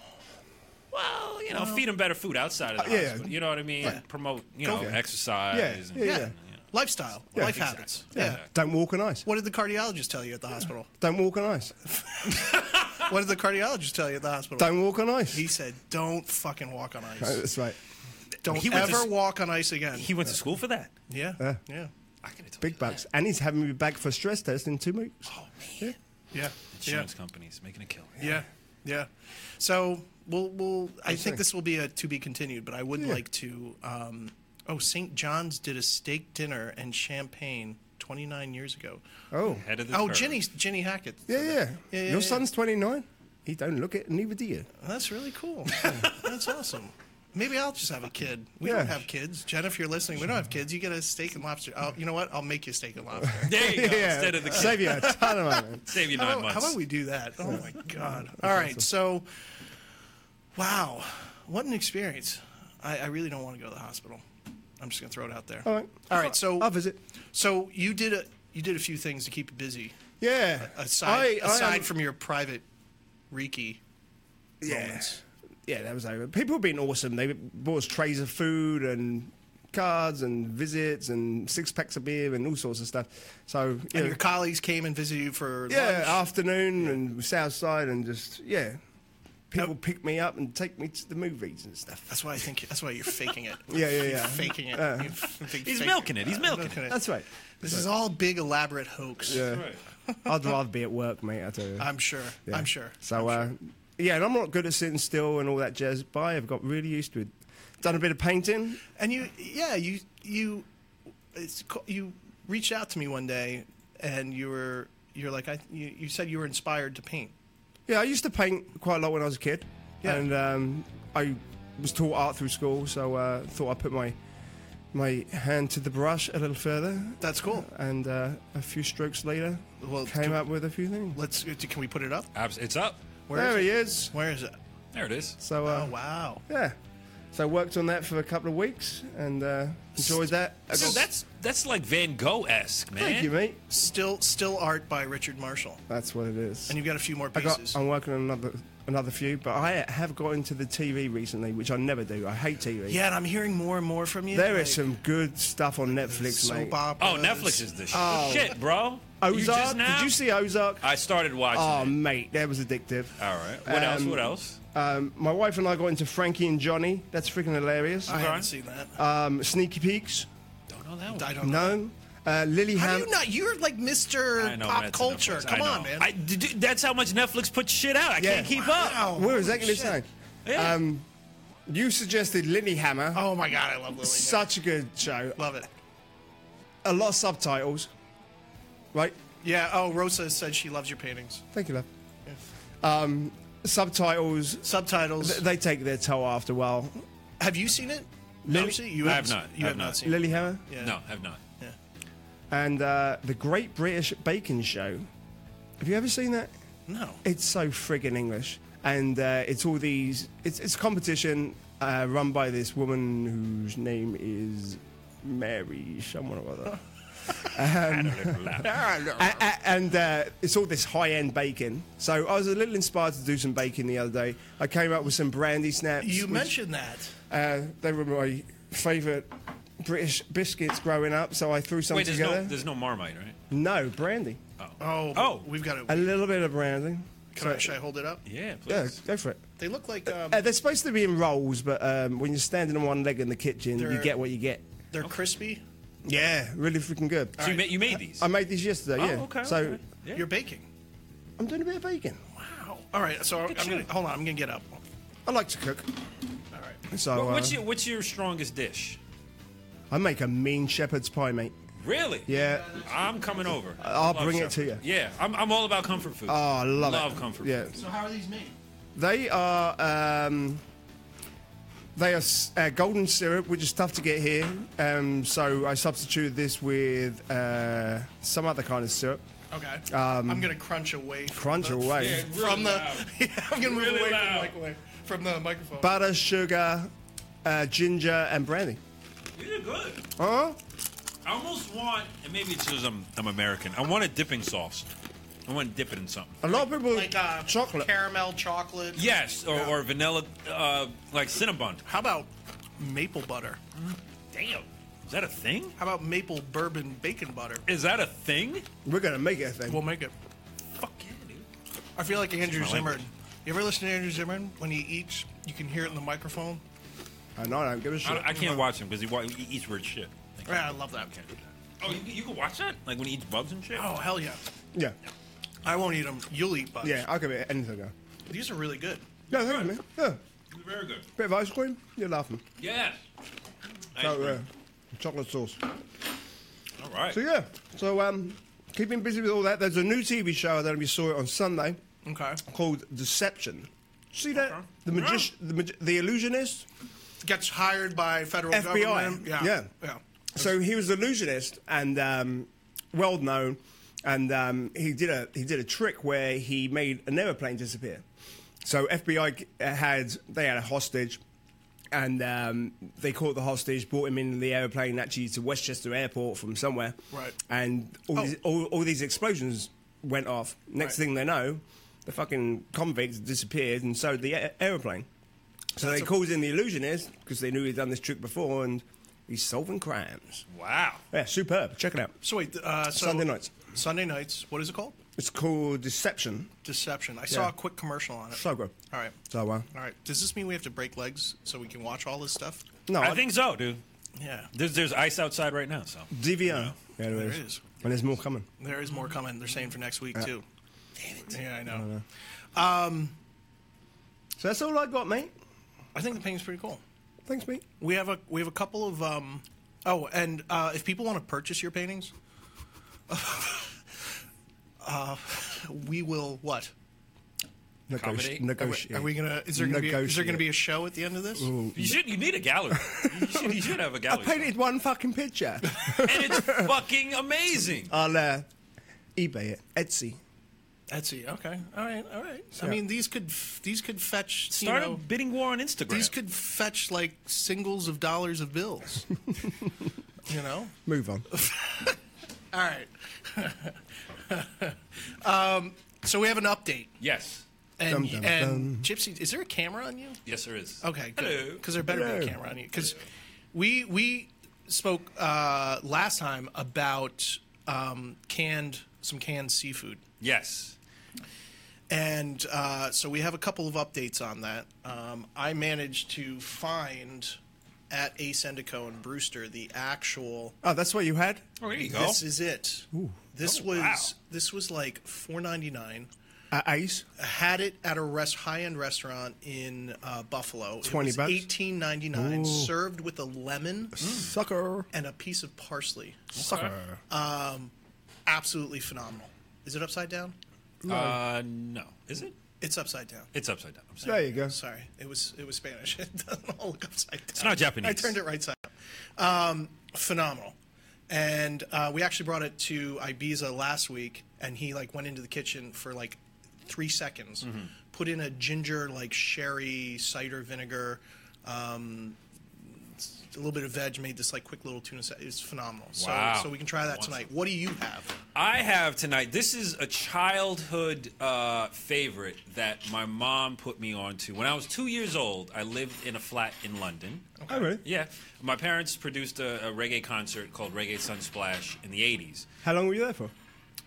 Well, you know, feed them better food outside of the
Uh, yeah, yeah.
hospital. You know what I mean? Promote, you know,
Go- Yeah.
exercise.
Yeah,
and-
yeah,
Yeah.
yeah.
Lifestyle, life habits. yeah.
Don't walk on ice.
What did the cardiologist tell you at the
(laughs)
hospital?
Don't walk on ice.
What did the cardiologist tell you at the hospital?
Don't walk on ice.
He said, "Don't fucking walk on ice.
That's right.
Don't
He went to
ever
s-
walk on ice again."
He went to school for that.
Eh.
yeah, yeah,
I could have told
Big
you that.
bucks. And he's having me back for stress test in two weeks.
Oh, man.
yeah, yeah,
Insurance companies making a kill.
yeah, yeah. So we'll, we'll. I
see.
think this will be a to be continued, but I would like to. Um, oh, St. John's did a steak dinner and champagne 29 years ago.
Oh.
Head of the
Oh,
curve.
Jenny, Jenny Hackett.
Yeah,
said
yeah.
that. yeah, yeah. Oh,
Your son's 29. He don't look it, neither do you.
That's
(laughs)
really cool. That's awesome. Maybe I'll just have a kid. We
Yeah.
don't have kids. Jen, if you're listening, we don't have kids. You get a steak and lobster. Oh, you know what? I'll make you steak and lobster.
There
(laughs)
you go. Instead of the kid,
Save you a ton of money.
save you nine
How about,
months.
how about we do that? Oh
(laughs)
my God. All right. So, wow. What an experience. I, I really don't want to go to the hospital. I'm just going to throw it out there.
All right.
(laughs) All right. So,
I'll visit.
so you did a, you did a few things to keep you busy
Yeah.
aside,
I- I
aside
am-
from your private Reiki
Yeah.
moments.
yeah, that was over. People have been awesome. They bought us trays of food and cards and visits and six packs of beer and all sorts of stuff. So yeah,
And your colleagues came and visited you for
yeah
lunch.
afternoon and south side and just yeah, people pick me up and take me to the movies and
(laughs)
stuff.
That's why I think that's why you're faking it.
(laughs) Yeah, yeah,
You're
yeah.
faking it. You're f- big
He's
faker.
milking it. He's
I'm
milking it.
That's right.
This is all big elaborate hoax.
Yeah.
Right.
I'd rather be at work, mate. I tell you.
I'm sure.
Yeah.
I'm sure.
So, uh, yeah, and I'm not good at sitting still and all that jazz, but I've got really used to it. Done a bit of painting.
And you, yeah, you, you, it's co- you reached out to me one day, and you were, you're like, I, you, you said you were inspired to paint.
Yeah, I used to paint quite a lot when I was a kid,
Yeah.
and um, I was taught art through school, so uh, thought I'd put my my hand to the brush a little further,
That's cool.
and uh, a few strokes later,
Well,
came
do-
up with a few things.
Let's. Can we put it up?
Abs- It's up.
Where is
There
it?
he is.
Where is it?
There it is.
So,
Oh
uh,
wow.
yeah, so I worked on that for a couple of weeks and uh, enjoyed that. I
So
got-
that's that's like Van Gogh esque, man.
thank you, mate.
Still, still art by Richard Marshall.
That's what it is.
And you've got a few more
I
pieces.
am working on another another few, but I have got into the TV recently, which I never do. I hate TV.
yeah, and I'm hearing more and more from you.
There is
like,
some good stuff on Netflix, mate.
soap operas.
Oh, Netflix is the sh- shit, bro. You
Ozark.
just now?
Oh. Did you see Ozark?
I started watching.
Oh,
it.
mate, that was addictive.
All right. What else?
Um,
What else?
Um, my wife and I got into Frankie and Johnny. That's freaking hilarious.
I
Okay.
haven't seen that.
Um, Sneaky Peaks.
Don't know Oh, that one.
I don't know.
No. Uh,
How
Lilyham.
do you not? You're like Mr.
I know,
Pop
that's
Culture.
Netflix. I
Come on,
know.
man.
I, did you- that's how much Netflix puts shit out. I
Yeah.
can't keep up.
Wow.
We're exactly the
Shit.
same.
Yeah.
Um, you suggested Lilyhammer.
Oh my god, I love Lily.
Such a good show.
Love it.
A lot of subtitles. Right?
Yeah. Oh, Rosa said she loves your paintings.
Thank you, love. Um, subtitles.
Subtitles.
They take their toll after a while.
have you seen it? Obviously, you
I
haven't
have
s-
not.
You have
I have
not
not.
seen it.
Lilyhammer.
Yeah.
No, I have not.
Yeah.
and uh, the Great British Baking Show. Have you ever seen that?
(laughs)
No.
It's so friggin' English, and uh, it's all these. It's it's a competition uh, run by this woman whose name is Mary someone or
(laughs)
other. (laughs)
Ah,
A- a- and uh, it's all this high-end baking. So I was a little inspired to do some baking the other day. I came up with some brandy snaps.
You
which-
mentioned that.
uh, they were my favourite British biscuits growing up. So I threw some
Wait, there's no
together.
there's no Marmite, right?
no brandy.
Oh.
Oh.
We've got it.
A
Can
little bit of brandy.
I, should I hold it up?
Yeah,
Yeah,
please.
go for it.
They look like um,
Uh, they're supposed to be in rolls, but um, when you're standing on one leg in the kitchen, you
They're-
get what you get. Uh,
they're crispy.
Yeah, really freaking good.
So you, made, you made these.
I made these yesterday.
oh,
yeah.
okay.
So
okay. Yeah.
You're baking.
I'm doing a bit of baking.
All right, so I'm
at
gonna
you.
hold on. I'm gonna get up.
I like to cook.
All right.
So
What- what's
uh,
your what's your strongest dish?
I make a mean shepherd's pie, mate.
Really?
Yeah.
I'm coming over.
I'll
Love
bring it to
shepherd.
you.
Yeah, I'm, I'm all about comfort food.
Oh, I love, it.
Love comfort
Yeah.
food.
So how are these made?
They are um, they are s- uh, golden syrup, which is tough to get here. Um, so I substitute this with uh, some other kind of syrup.
Okay. I'm gonna crunch away. From
Crunch
the,
away.
Yeah, Um, really
from the.
loud.
(laughs) Yeah, I'm gonna move
Really
away
loud.
from the microwave, from the microphone.
Butter, sugar, uh, ginger, and brandy.
You did good.
Huh?
I almost want, and maybe it's because I'm, I'm American. I want a dipping sauce. I want to dip it in something.
A lot of people
like uh,
chocolate.
caramel chocolate.
Yes, or, or vanilla, uh, like Cinnabon.
How about maple butter?
Damn, is that a thing?
How about maple bourbon bacon butter?
Is that a thing?
We're gonna make it a thing.
We'll make it.
Fuck yeah, dude.
I feel like Andrew
my language.
Zimmern. You ever listen to Andrew Zimmern? When he eats, you can hear it in the microphone.
And I don't give a shit.
I, I can't watch him because he, wa- he eats weird shit. Like,
Yeah, I love that.
oh, you, you can watch that? Like when he eats bugs and shit?
Oh hell yeah!
yeah,
I won't eat them. You'll eat bugs.
yeah, I'll give it anything. Go.
These are really good.
Yeah, thank you, man. Yeah,
very good.
bit of ice cream. You're laughing.
Yes. Ice
So,
cream.
uh, chocolate sauce.
All right.
So yeah, so um, keeping busy with all that. There's a new TV show. I don't know if you saw it on Sunday,
Okay.
called Deception. See that
Okay.
the magician, the, magi- the illusionist.
Gets hired by federal
FBI.
government.
Yeah.
Yeah.
So he was an illusionist and um, well known, and um, he did a he did a trick where he made an airplane disappear. So FBI g- uh, had they had a hostage, and um, they caught the hostage, brought him in the airplane actually to Westchester Airport from somewhere.
Right.
And all, these, all, all these explosions went off. Next
Oh. Right.
thing they know, the fucking convicts disappeared, and so did the a- airplane. So they called in the illusionist because they knew he'd done this trick before, and he's solving crimes.
Wow.
Yeah, superb. Check it out.
So wait. Uh, so
Sunday nights.
Sunday nights. What is it called?
It's called Deception.
Deception. I saw
Yeah.
a quick commercial on it.
So good.
All right.
So uh,
All right. Does this mean we have to break legs so we can watch all this stuff?
no,
I think so, dude.
Yeah.
There's there's ice outside right now, so.
DVR. Yeah,
There
there
is.
is. And there's more coming.
There is more coming. They're saying for next week too. Damn it. Yeah, I know. I,
So that's all I got, mate.
think the painting's pretty cool.
Thanks, mate.
We have a we have a couple of um. Oh, and uh, if people want to purchase your paintings, (laughs) uh, we will what?
Negoti-
Are
Accommodate?
we-
negotiate.
Are we gonna? Is there gonna be? Is there gonna be a show at the end of this?
You should. You need a gallery. You should, you should have
(laughs)
a
I
gallery.
painted one fucking
(laughs)
picture.
somewhere. and it's fucking amazing.
I'll uh, eBay it. Etsy.
Etsy. Okay. All right. All right. I mean, these could f- these could fetch. (laughs) you
Start a
know,
bidding war on Instagram.
these could fetch like singles of dollars
(laughs)
of bills. you know.
Move on.
All right. (laughs) um, so we have an update,
yes.
and
Dum, dum,
and
dum.
Gypsy, is there a camera on you?
Yes, there is.
Okay, good.
Hello.
Because there better be
Hello.
a camera on you. Because we we spoke uh, last time about um, canned some canned seafood,
Yes.
and uh, so we have a couple of updates on that. Um, I managed to find at Ace Endico and Brewster the actual.
(laughs) Oh, that's what you had?
Oh, there you go.
This is it. This
Oh,
was
wow.
this was like four ninety nine.
Uh, Ace?
had it at a rest, high-end restaurant in uh, Buffalo.
20 bucks?
Eighteen ninety-nine, served with a lemon
Mm. Sucker.
and a piece of parsley.
Sucker.
Absolutely phenomenal. Is it upside down?
Uh, no. Is it?
It's upside down.
It's upside down. I'm sorry.
There you go.
Sorry, it was it was Spanish. (laughs) It doesn't all look upside down. It's
not Japanese.
I turned it right side up. Um, phenomenal. And uh, we actually brought it to Ibiza last week, and he like went into the kitchen for like three seconds,
Mm-hmm.
put in a ginger like sherry cider vinegar, um, s- a little bit of veg, made this like quick little tuna. Sa- it's phenomenal. So,
Wow.
so we can try that tonight. What do you have?
I have tonight. This is a childhood uh, favorite that my mom put me on to. When I was two years old, I lived in a flat in London.
Oh, really?
Yeah. My parents produced a, a reggae concert called Reggae Sunsplash in the 80s.
How long were you there for?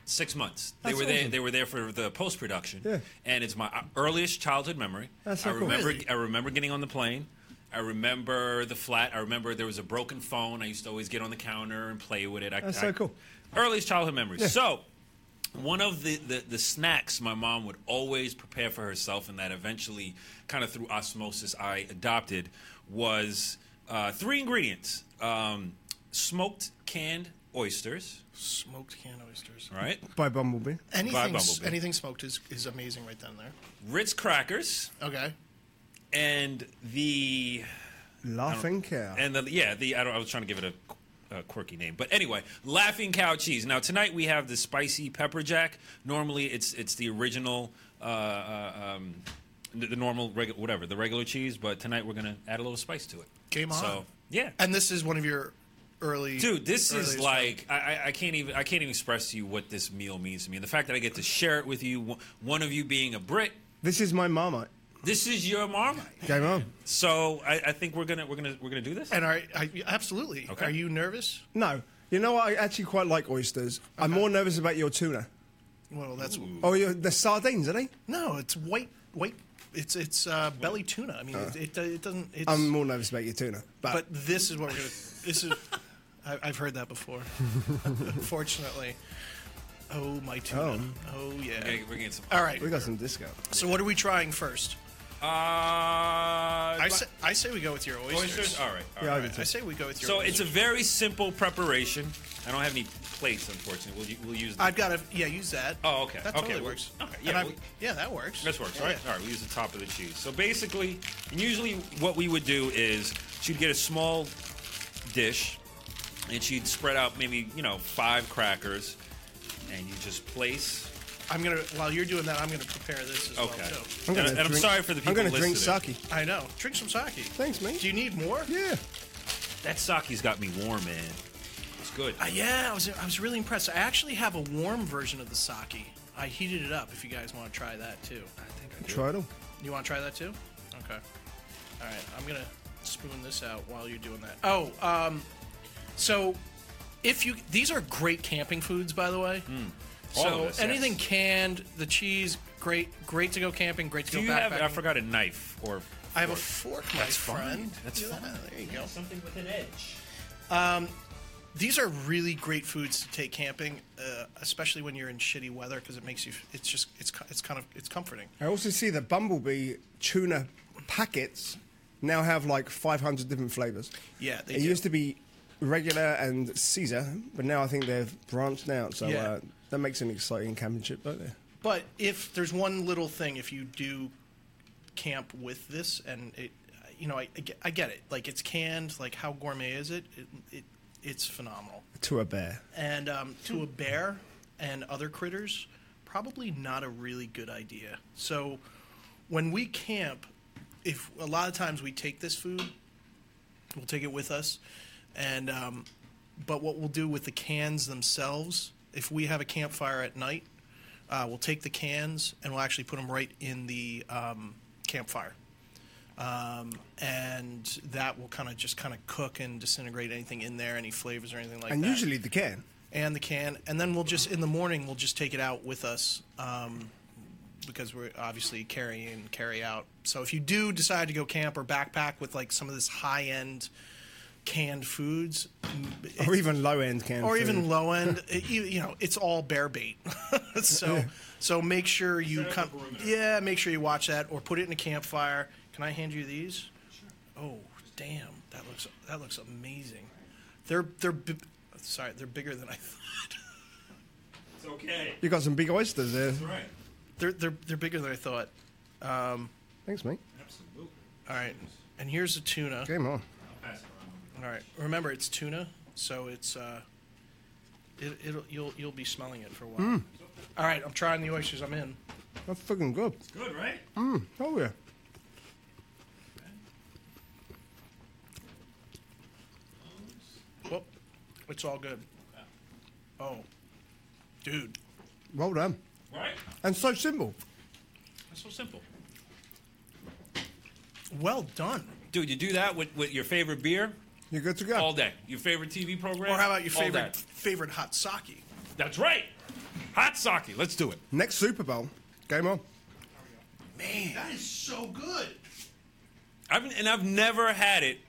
Six months. They
That's
were there.
awesome.
They were there for the post production.
Yeah.
And it's my uh, earliest childhood memory.
That's so
I
cool.
remember.
Really?
I remember getting on the plane. I remember the flat. I remember there was a broken phone. I used to always get on the counter and play with it. I,
That's
I-
so cool.
Earliest childhood memories. So, one of the, the, the snacks my mom would always prepare for herself and that eventually kind of through osmosis i adopted was uh, three ingredients um, smoked canned oysters
Smoked canned oysters.
right
By Bumblebee.
Anything, s-
Bumblebee.
anything smoked is, is amazing right then and there.
ritz crackers
Okay.
and the
Laughing cow.
and the, yeah the I, don't, I was trying to give it a, a quirky name but anyway laughing cow cheese now tonight we have the spicy pepper jack normally it's it's the original uh, uh, um, the, the normal regular whatever the regular cheese but tonight we're gonna add a little spice to it
Game on.
so yeah
And this is one of your early.
Dude, this is
earliest-
like I, I- I can't even I can't even express to you what this meal means to me. And the fact that I get to share it with you, one- one of you being a Brit,
This is my marmite.
this is your marmite.
Game on.
So I, I think we're gonna we're gonna we're gonna do this.
And are, I, absolutely.
Okay.
Are you nervous?
No. You know what? I actually quite like oysters. I'm more nervous about your tuna.
Well, that's
Oh, your, the sardines, are they?
no. It's white, white. It's it's uh, belly tuna. I mean, it, it, it doesn't. It's,
I'm more nervous about your tuna. But,
but this is what we're gonna. This is. (laughs) I, I've heard that before.
(laughs)
Unfortunately. Oh my tuna. Oh, yeah.
Okay, we're getting some.
All right.
we got some discount.
So what are we trying first?
Uh, I
I say, I say we go with your oysters.
oysters. All right. All
Yeah, I
right.
would
I
say.
say we go with your.
So
oysters.
it's a very simple preparation. I don't have any plates, unfortunately. We'll, u- we'll use. The,
I've got to yeah use that.
Oh, okay.
That
Okay,
totally
well,
works.
okay,
And
yeah,
I've-
well-
yeah, that works.
This works,
Yeah,
right?
yeah.
All right, we use the top of the cheese. So basically, and usually what we would do is she'd get a small dish and she'd spread out maybe, you know, five crackers and you just place.
I'm gonna while you're doing that, I'm gonna prepare this as
Okay.
well too.
and,
gonna
and I'm
drink-
sorry for the people
I'm going to drink
listening.
sake.
I know. Drink some sake.
Thanks, mate.
Do you need more?
Yeah.
That sake's got me warm, man. It's good.
Uh, yeah, I was I was really impressed. I actually have a warm version of the sake. I heated it up. If you guys want to try that too,
Try it all.
you want to try that too? Okay. All right. I'm gonna spoon this out while you're doing that. Oh, um, so if you these are great camping foods, by the way.
Hmm. All
So
of this, yes.
anything canned, the cheese, great, great to go camping, great to
Do
go
you
backpacking.
have, I forgot a knife or.
I have a fork, my friend.
That's
Yeah,
fine.
There you go. Um,
Something with an edge.
These are really great foods to take camping, uh, especially when you're in shitty weather, because it makes you. It's just. It's. co- It's kind of. It's comforting.
I also see the Bumblebee tuna packets now have like 500 different flavors.
Yeah, they
it
do.
used to be regular and Caesar, but now I think they've branched out. So
Yeah.
uh, that makes an exciting camping trip, don't they?
But if there's one little thing, if you do camp with this, and it, you know, I, I get, I get it. Like it's canned. Like how gourmet is it? It. it it's phenomenal.
To a bear.
And um, to a bear and other critters, probably not a really good idea. So when we camp, if a lot of times we take this food, we'll take it with us, and um, but what we'll do with the cans themselves, if we have a campfire at night, uh, we'll take the cans and we'll actually put them right in the um, campfire. Um, and that will kind of just kind of cook and disintegrate anything in there, any flavors or anything like
And
that
usually the can.
and the can, and then we'll just in the morning we'll just take it out with us um, because we're obviously carry in, carry out. So if you do decide to go camp or backpack with like some of this high end canned foods, m- it-
Or even low end canned
or
food.
even low end, (laughs) it- you, you know, it's all bear bait. (laughs) so so make sure you come. Yeah, make sure you watch that or put it in a campfire. Can I hand you these? Oh, damn! That looks that looks amazing. They're they're bi- sorry, they're bigger than I thought.
It's okay.
You got some big oysters there.
All right.
They're they're they're bigger than I thought.
Thanks, mate.
Absolutely.
All right, and here's the tuna.
Game on.
I'll pass it around.
All right, remember it's tuna, so it's uh, it, it'll you'll you'll be smelling it for a while.
Hmm.
All right, I'm trying the oysters. I'm in.
That's fucking good.
Good, right?
Oh, yeah.
Well, it's all good. Oh, dude,
Well done.
Right?
And so simple.
That's so simple.
well done.
Dude, you do that with, with your favorite beer
You're good to go.
all day. Your favorite TV program.
Or how about your
all
favorite
day.
favorite hot sake?
That's right. Hot sake. Let's do it.
Next Super Bowl. Game on.
Man, that is so good.
I've, and I've never had it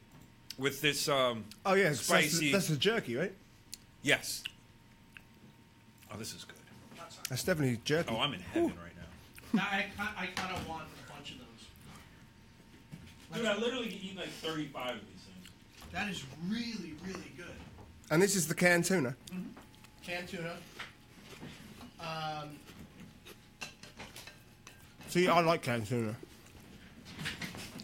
with this. Um,
Oh, yeah. it's- that's the-
spicy.
That's the jerky, right?
yes. Oh, this is good.
That's definitely jerky.
Oh, I'm in heaven right now.
Now, I, ki- I kind of want a bunch of those.
Dude, I literally could eat like 35 of these things.
That is really, really good.
and this is the canned tuna.
Canned tuna. Um,
See, I like canned tuna.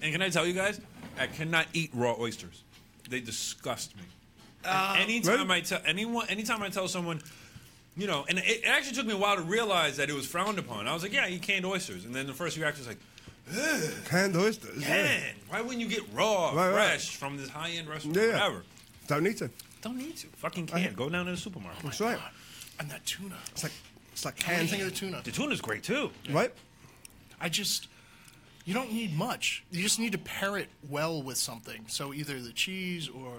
And can I tell you guys, I cannot eat raw oysters. They disgust me.
Um,
And anytime I tell anyone, anytime I tell someone, you know, and it, it actually took me a while to realize that it was frowned upon. I was like, yeah, you canned oysters, and then the first reaction was like,
Canned oysters. Yeah.
man, why wouldn't you get raw,
Right, right.
fresh from this high-end restaurant,
Yeah.
whatever?
Don't need to.
Don't need to. Fucking can. Go down to the supermarket.
That's right.
And that tuna.
It's like it's like
I
canned
think of
tuna,
the tuna.
The tuna's great too.
right?
I just you don't need much. You just need to pair it well with something. So either the cheese or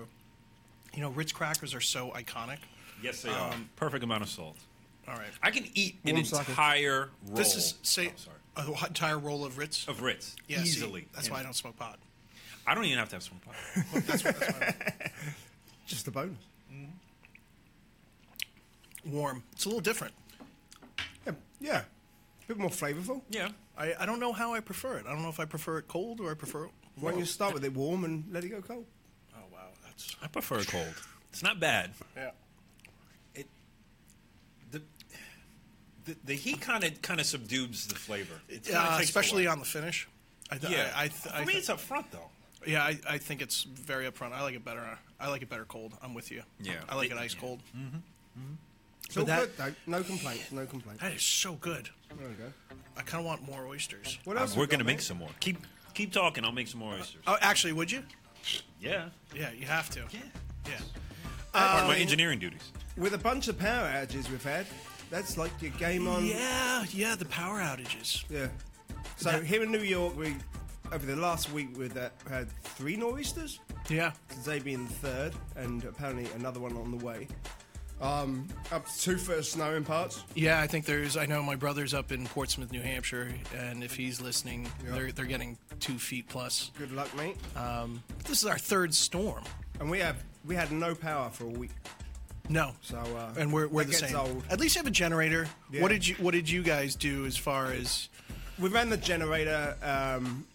you know, Ritz crackers are so iconic.
Yes, they are. Um, Perfect amount of salt.
All right.
I can eat an
Warm socket.
entire roll.
This is say
oh, sorry.
a whole entire roll of Ritz.
of Ritz
Yeah, see,
easily.
that's
And
why I don't smoke pot.
I don't even have to have some pie.
(laughs) Just a bonus.
Warm. It's a little different.
Yeah, yeah. A bit more flavourful.
Yeah.
I, I don't know how I prefer it. I don't know if I prefer it cold or I prefer it.
Why don't you start with it warm and let it go cold?
Oh wow, that's
I prefer cold. It's not bad.
yeah.
It the the, the heat kind of kind of subdues the flavor. It kinda
Uh,
takes a
especially
while.
on the finish. I th-
yeah.
I, I, th- I
For me,
th-
it's up front though.
Yeah, I, I think it's very upfront. I like it better. I like it better cold. I'm with you.
Yeah.
I like it
Yeah.
ice cold.
It's all
that-
good though. No complaints, no complaints.
That is so good.
There we go.
I kind of want more oysters.
What else?
Uh, We're
we got,
gonna make
mate?
some more. Keep keep talking. I'll make some more oysters.
Oh, actually, would you?
yeah.
Yeah, you have to.
Yeah.
Yeah. Um,
Part of my engineering duties.
With a bunch of power outages we've had, that's like your game
Um,
on.
Yeah, yeah, the power outages.
Yeah. So here in New York, we over the last week we uh, had three nor'easters.
Yeah.
Today being the third, and apparently another one on the way. Um, up to two foot of snow in parts.
Yeah, I think there's. I know my brother's up in Portsmouth, New Hampshire, and if he's listening, they're, they're getting two feet plus.
Good luck, mate.
Um, this is our third storm.
and we have we had no power for a week.
No.
So, uh,
and we're, we're
that
the
gets
same.
old.
At least you have a generator.
Yeah.
What did you What did you guys do as far as?
We ran the generator um,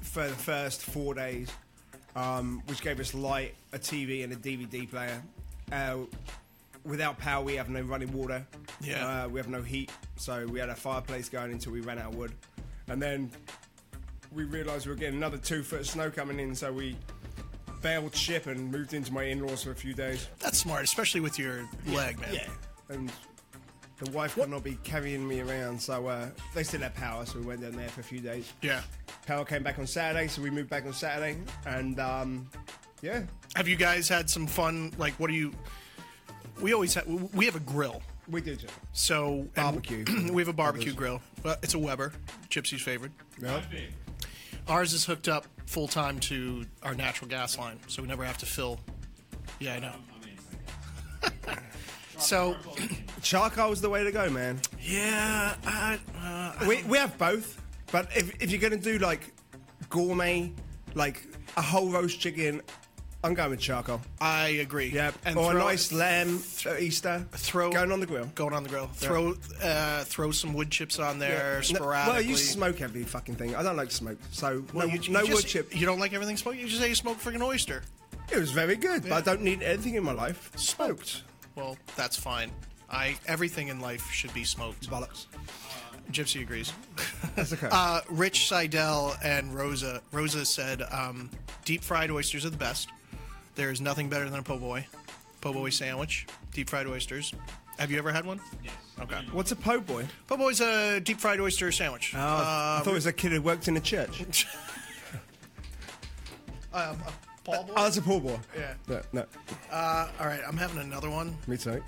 for the first four days, um, which gave us light, a TV, and a DVD player. Uh, without power, we have no running water.
Yeah.
Uh, we have no heat, so we had a fireplace going until we ran out of wood, and then we realised we were getting another two foot of snow coming in, so we bailed ship and moved into my in-laws for a few days.
That's smart, especially with your leg, man.
and the wife would not be carrying me around, so uh, they still had power, so we went down there for a few days.
Yeah.
Power came back on Saturday, so we moved back on Saturday, and um, yeah,
Have you guys had some fun? Like, what do you? We always have. We have a grill,
we did.
so and
Barbecue.
(clears throat) we have a barbecue grill. Well, it's a Weber, Gypsy's favorite.
Yeah.
Ours is hooked up full time to our natural gas line, so we never have to fill. Yeah, I know. (laughs) so,
Charcoal's the way to go, man.
yeah, I, uh,
We, we have both, but if, if you're gonna do like gourmet, like a whole roast chicken, I'm going with charcoal.
I agree.
Yeah,
and
or Oh, a
throw-
nice lamb at Easter.
throw
going on the grill.
Going on the grill. Throw uh, throw some wood chips on there
No-
sporadically.
Well, you smoke every fucking thing. I don't like smoke, so
Well,
no,
you- you
no
just-
wood chip.
You don't like everything smoked. You just say you smoke freaking oyster.
It was very good, but I don't need anything in my life smoked.
Well, that's fine. I everything in life should be smoked.
Bollocks.
Gypsy agrees.
That's okay.
Uh, Rich Seidel and Rosa. Rosa said, um, "Deep fried oysters are the best. There is nothing better than a po' boy, po' boy sandwich. Deep fried oysters. Have you ever had one? Yes. Okay.
What's a po' boy?
Po' boy's a deep fried oyster
Oh.
sandwich. Uh,
I thought it was a kid who worked in a church. (laughs)
Paul boy.
Oh, that's a poor boy.
Yeah.
No, no,
All right, I'm having another one,
me too.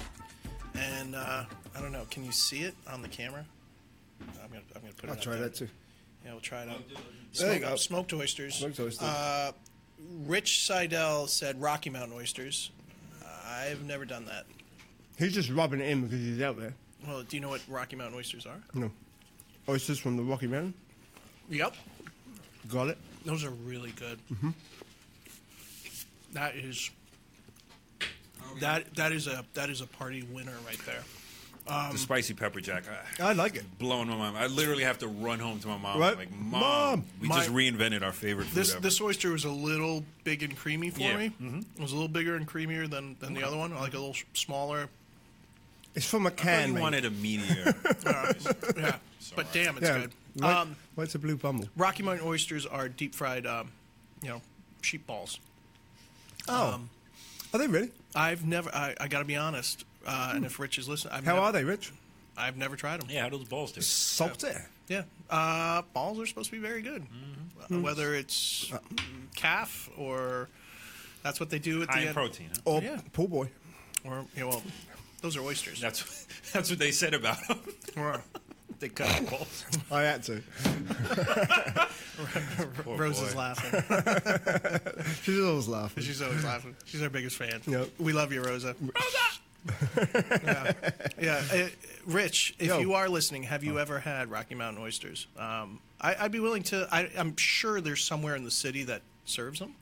and uh, I don't know. Can you see it on the camera? I'm gonna, I'm gonna put it.
I'll
up
try
there.
that too.
Yeah, we'll try it out.
There you go.
Smoked, smoked oysters.
Smoked oyster.
Rich Seidel said Rocky Mountain oysters. Uh, I've never done that.
he's just rubbing it in because he's out there.
Well, do you know what Rocky Mountain oysters are?
No. Oysters Oh, from the Rocky Mountain.
Yep.
Got it.
Those are really good. That is that that is a that is a party winner right there.
the spicy pepper jack. I,
uh,
I like it.
blowing my mom. I literally have to run home to my mom.
Right.
Like, mom,
Mom,
we
my-
just reinvented our favorite food.
This
ever."
this oyster was a little big and creamy for
Yeah.
me. It was a little bigger and creamier than, than the other one, like a little s- smaller.
It's from a
I thought
can.
you
mate.
wanted
(laughs)
a meteor.
(coughs) Yeah, but damn, it's
yeah.
good.
Why,
Um,
why it's a blue bumble?
Rocky Mountain oysters are deep fried, um, you know, sheep balls. Um,
Oh, are they really?
I've never. I, I got to be honest. Uh, And if Rich is listening, I've
How
nev-
are they, Rich?
I've never tried them.
yeah, how those balls taste?
Salty.
Yeah. Uh, balls are supposed to be very good.
Mm-hmm.
Uh, whether it's calf or that's what they do at the
High in
end.
protein. Huh?
Or
Yeah.
pool boy.
Or, yeah, well, those are oysters.
That's (laughs) that's what they said about them.
(laughs) Or
they cut (laughs) the balls.
I had to.
Rose is
boy.
laughing.
(laughs) She's always laughing.
She's always laughing. She's our biggest fan.
Yep.
We love you, Rosa. yeah. Uh, Rich, if
Yo. Oh.
you are listening, have you ever had Rocky Mountain oysters? Um, I, I'd be willing to. I, I'm sure there's somewhere in the city that serves them,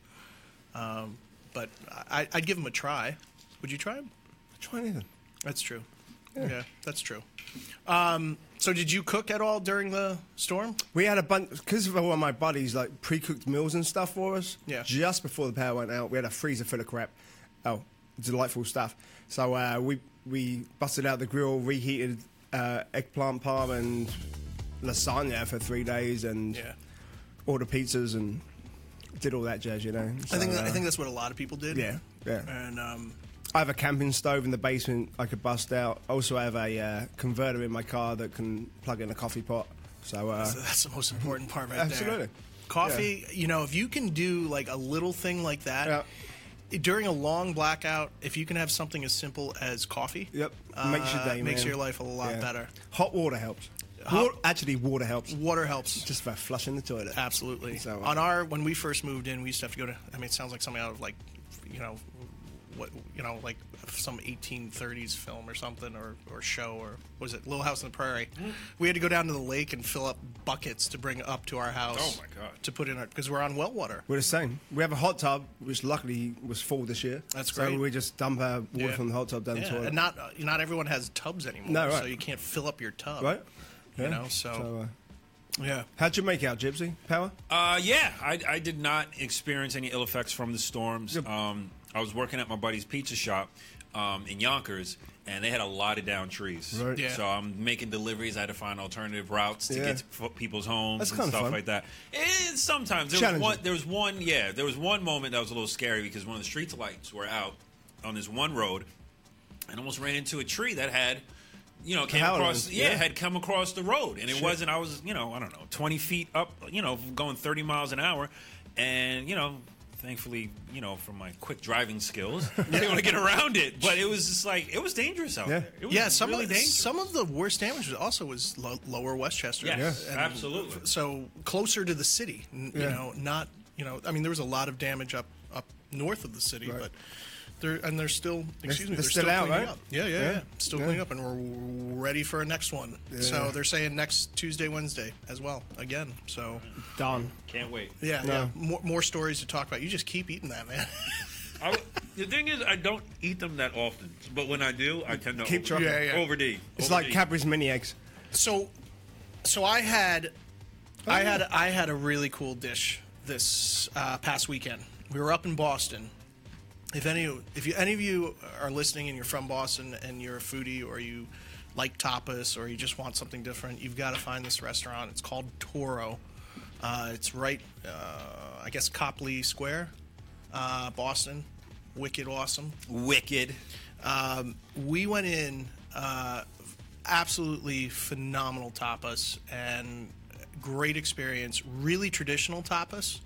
um, but I, I'd give them a try. Would you try them?
Try anything.
That's true. Yeah, that's true. Um, so, did you cook at all during the storm?
We had a bunch because of all my buddies like pre-cooked meals and stuff for us.
Yeah.
Just before the power went out, we had a freezer full of crap. Oh, delightful stuff. So uh, we we busted out the grill, reheated uh, eggplant parm and lasagna for three days, and
Yeah.
ordered pizzas and did all that jazz. You know.
I think
So,
I
uh,
think that's what a lot of people did.
Yeah, yeah.
And um,
uh, I have a camping stove in the basement I could bust out. I also have a uh, converter in my car that can plug in a coffee pot. So uh,
So that's the most important part right there.
Absolutely.
Coffee, you know, if you can do like a little thing like that during a long blackout, if you can have something as simple as coffee,
Yep.
uh,
makes your day, man.
makes your life a lot
Yeah.
better.
Hot water helps.
Hot-
Wa- actually, water helps.
Water helps.
Just for flushing the toilet.
Absolutely.
So, uh,
On our when we first moved in, we used to have to go to. I mean, it sounds like something out of like, you know, what you know, like some 1830s film or something, or or show, or what was it Little House on the Prairie?
Mm-hmm.
We had to go down to the lake and fill up buckets to bring up to our house.
Oh, my God.
To put in our because we're on well water.
We're the same. We have a hot tub, which luckily was full this year.
That's
So
great.
we just dump our water
Yeah.
from the hot tub down the
Yeah,
toilet.
and not uh, not everyone has tubs anymore.
No, right.
So you can't fill up your tub.
right?
You know, so,
uh,
yeah.
how'd you make out, Gypsy? Power?
Uh, yeah, I, I did not experience any ill effects from the storms.
Yep.
Um, I was working at my buddy's pizza shop um, in Yonkers, and they had a lot of down trees.
Right.
Yeah.
So I'm making deliveries. I had to find alternative routes to
Yeah.
get to f- people's homes
That's
and
kinda
stuff
fun.
like that. And sometimes there was
Challenging.
one. There was one. Yeah, there was one moment that was a little scary because one of the street lights were out on this one road, and almost ran into a tree that had. You know, came
How it
across,
was,
yeah,
yeah.
had come across the road, and it wasn't. I was, you know, I don't know, twenty feet up, you know, going thirty miles an hour, and you know, thankfully, you know, from my quick driving skills, (laughs) I was able to get around it. But it was just like it was dangerous out
Yeah.
there. It was
Yeah, some
really
of
dangerous.
some of the worst damage was also was lo- lower Westchester.
yes,
And
absolutely.
so closer to the city n- you
Yeah.
know not you know i mean there was a lot of damage up up north of the city
Right.
but there and they're still excuse me
they're
they're
still
still,
out,
cleaning
right?
up yeah yeah
Yeah.
yeah, still
Yeah.
cleaning up and we're ready for a next one so they're saying next tuesday wednesday as well again so
Done.
Can't wait.
yeah,
No.
yeah. More, more stories to talk about you just keep eating that man (laughs)
I, the thing is, I don't eat them that often, but when I do, I tend to
Keep
over,
trucking. Yeah,
yeah.
overdo.
It's
Overdo.
like Cadbury's mini eggs.
so so i had i had i had a really cool dish this uh, past weekend we were up in boston if any if you, any of you are listening and you're from boston and you're a foodie or you like tapas or you just want something different you've got to find this restaurant it's called toro uh, it's right uh, i guess copley square uh, boston wicked awesome
wicked.
um, we went in uh, absolutely phenomenal tapas and great experience. Really traditional tapas,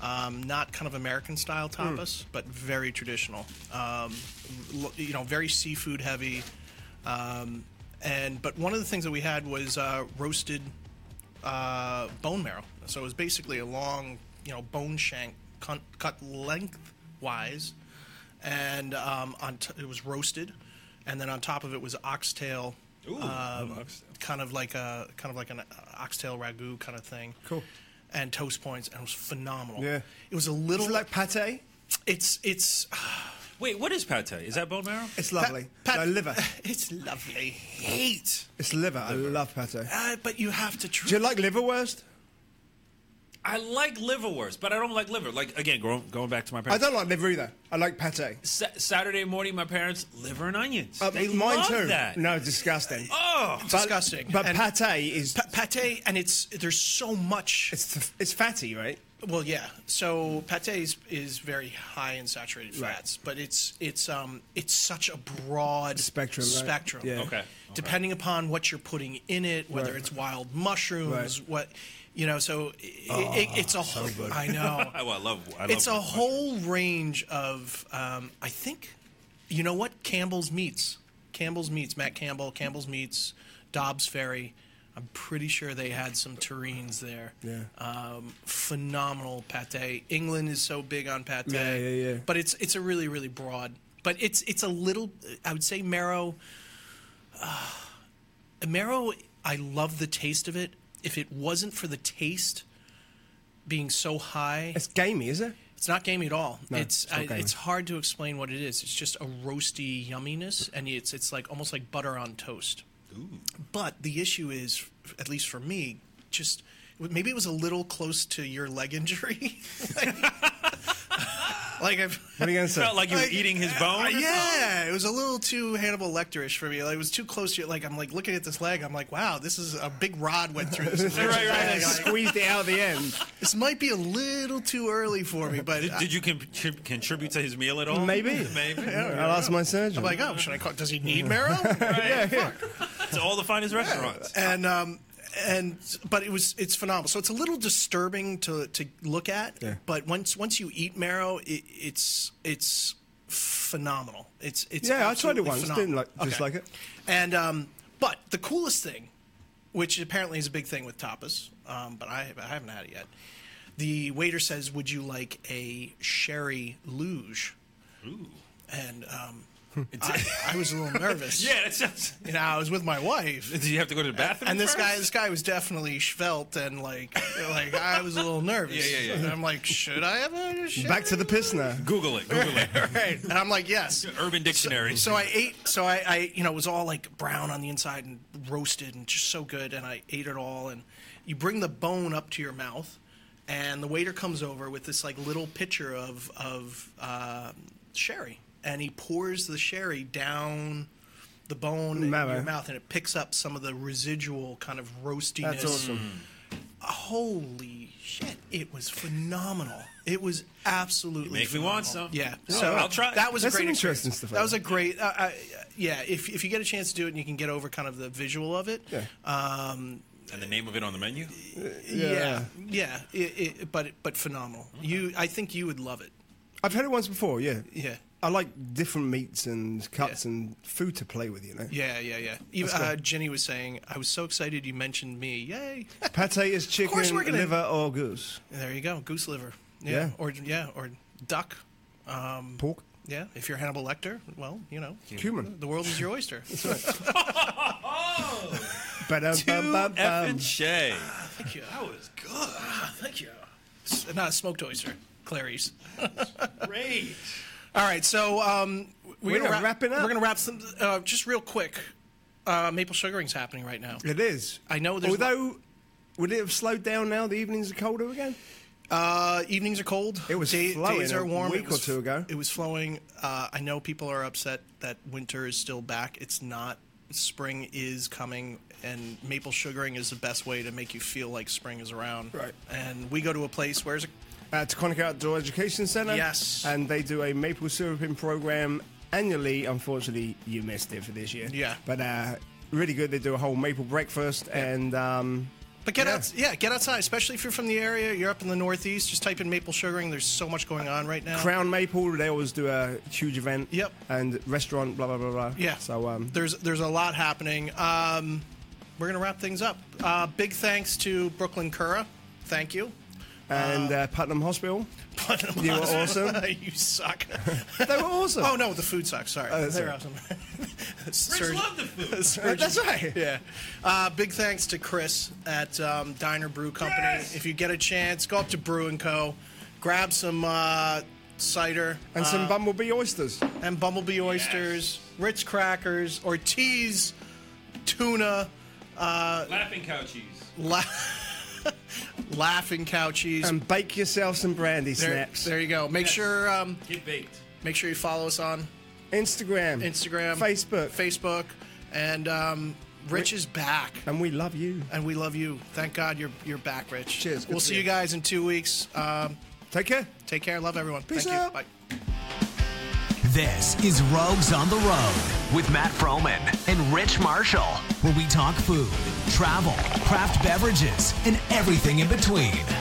um, not kind of American style tapas, but very traditional. Um, l- you know, very seafood heavy. Um, and but one of the things that we had was uh, roasted uh, bone marrow. So it was basically a long, you know, bone shank cut, cut lengthwise, and um, on t- it was roasted, and then on top of it was oxtail.
Ooh,
um,
I love oxtail.
kind of like a kind of like an uh, oxtail ragu kind of thing.
Cool.
And toast points, and it was phenomenal.
Yeah.
it was a little
Is it like pate?
it's it's
Wait, what is pad thai? Is that bone marrow?
It's lovely.
Pat-
no, liver.
(laughs) It's lovely. Hate.
It's liver. I love pate. Do
Uh, but you have to try.
you like liverwurst?
I like liverwurst, but I don't like liver. Like again, going going back to my
I
parents.
don't like liver either. I like pate.
Sa- Saturday morning, my parents liver and onions.
Uh,
they
mine
love
too.
That.
No, disgusting.
Oh,
But-
disgusting.
But
And-
pate is
Pa- pate, and it's there's so much.
it's it's fatty, right?
Well, yeah. So pate is, is very high in saturated fats, but it's it's um it's such a broad
Spectrum, right?
Spectrum.
Yeah.
Okay, okay.
Depending upon what you're putting in it, whether
Right.
it's wild mushrooms,
Right. Oh,
what you know. So i it, it's a whole. I know.
(laughs) I, well, I love. I love
it's a
mushrooms.
whole range of. Um, I think, you know what? Campbell's Meats, Campbell's Meats, Matt Campbell, Campbell's Meats, Dobbs Ferry. I'm pretty sure they had some terrines there.
Yeah.
Um, phenomenal pate. England is so big on pate.
Yeah, yeah, yeah.
But it's it's a really really broad. But it's it's a little. I would say marrow. Uh, marrow. I love the taste of it. If it wasn't for the taste being so high,
It's gamey, is it?
it's not gamey at all. it's
it's not
I-
gamey.
it's hard to explain what it is. It's just a roasty yumminess, and it's it's like almost like butter on toast. But the issue is, f- at least for me, just maybe it was a little close to your leg injury. (laughs) like, like I've.
What are you gonna say?
Felt like you were eating his bone. or
Uh, Yeah, it was a little too Hannibal Lecterish for me. Like, it was too close to like I'm like looking at this leg. I'm like, wow, this is a big rod went through this.
(laughs) Right, right,
And I
right.
squeezed it out of the end.
This might be a little too early for me, but
Did you contrib- contribute to his meal at all?
Maybe.
Oh, (laughs) Maybe.
I'll ask my surgeon.
I'm like, oh, should I call? Does he
(laughs)
need marrow? (laughs)
yeah, yeah.
It's all the finest restaurants.
and um, and but it was it's phenomenal. So it's a little disturbing to to look at,
Yeah.
but once once you eat marrow, it, it's it's phenomenal. It's it's
Yeah, I tried it
absolutely
once.
phenomenal.
Didn't like dislike it.
And um, but the coolest thing, which apparently is a big thing with tapas, um, but I I haven't had it yet. The waiter says, "Would you like a sherry luge?" Ooh. And um,
Hmm.
I, I was a little
(laughs)
nervous.
Yeah, that sounds. (laughs)
You know, I was with my wife.
Did you have to go to the bathroom?
And this
first?
guy, this guy was definitely svelte and like, like I was a little nervous.
Yeah, yeah, yeah.
And I'm like, should I have a? Should
Back to the pissner.
Google it.
(laughs)
Google it.
right? And I'm like, yes.
Urban Dictionary.
So I ate. So I, I, you know, it was all like brown on the inside and roasted and just so good. And I ate it all. And you bring the bone up to your mouth, and the waiter comes over with this like little pitcher of of um sherry, and he pours the sherry down. The bone in
Marrow.
your mouth, and it picks up some of the residual kind of roastiness.
That's awesome.
Holy shit! It was phenomenal. It was absolutely.
Make me want
phenomenal.
some.
Yeah,
Oh,
so
I'll try.
That was
That's
a
some
great
interesting
experience.
stuff.
That was a great. Uh, I, yeah, if if you get a chance to do it and you can get over kind of the visual of it.
Yeah.
Um,
and the name of it on the menu.
yeah. Yeah. it, it, but but phenomenal. You, I think you would love it.
I've had it once before. Yeah.
Yeah.
I like different meats and cuts
Yeah.
and food to play with. You know.
Yeah, yeah, yeah. Even, uh, Jenny was saying, "I was so excited you mentioned me." Yay!
(laughs) Pate is chicken,
course we're gonna-
liver, or goose.
there you go, goose liver. Yeah.
Yeah.
Or yeah, or duck. Um,
Pork.
yeah, if you're Hannibal Lecter, well, you know,
Cumin.
the world is your oyster.
Ba-dum-bum-bum-bum.
Um,
Effing Shay.
(laughs) Thank you. That was good. Thank you. S- Not a smoked oyster, (laughs) Clary's.
Great.
All right, so um, we're,
We're gonna wrap it up.
We're gonna wrap some uh, just real quick. Uh, maple sugaring's happening right now.
It is.
I know there's-
Although, would it have slowed down now? The evenings are colder again.
Uh, evenings are cold.
It was
Day-
flowing
days
a
are warm.
week
it was,
or two ago.
It was flowing. Uh, I know people are upset that winter is still back. It's not. Spring is coming, and maple sugaring is the best way to make you feel like spring is around.
Right.
And we go to a place. Where's it?
At Uh, Taconic Outdoor Education Centre.
Yes.
And they do a maple syruping program annually. Unfortunately, you missed it for this year.
Yeah.
But uh, really good. They do a whole maple breakfast and. Um,
But get
Yeah.
out, yeah, get outside, especially if you're from the area. You're up in the Northeast. Just type in maple sugaring. There's so much going on right now.
Crown Maple, they always do a huge event.
Yep.
And restaurant, blah blah blah blah.
Yeah.
So um,
there's there's a lot happening. Um, we're gonna wrap things up. Uh, big thanks to Brooklyn Cura. Thank you.
and uh, Putnam Hospital, you were awesome.
(laughs) you suck.
they were awesome.
(laughs) oh no, the food sucks. Sorry,
that's
they're
all right.
awesome.
(laughs)
Chris
Surgeon-
love
(laughs)
the food.
surgeon-
That's right.
Yeah. Uh, big thanks to Chris at um, Diner Brew Company. If you get a chance, go up to Brew and Co. Grab some uh, cider,
And some bumblebee oysters.
and bumblebee oysters, Ritz crackers, Ortiz, tuna,
Laughing cow cheese.
la- laughing cow cheese.
And bake yourself some brandy
there,
snaps.
there you go. Make sure um,
Get baked.
make sure you follow us on
Instagram.
Instagram,
Facebook.
Facebook, and um, Rich is back,
and we love you.
and we love you. Thank God you're you're back, Rich.
Cheers. Good
We'll
to
see
be
you
here.
guys in two weeks. Um,
Take care.
take care. Love everyone.
Peace
Thank you.
out.
Bye.
This is Rogues on the Road with Matt Froman and Rich Marshall, where we talk food, travel, craft beverages, and everything in between.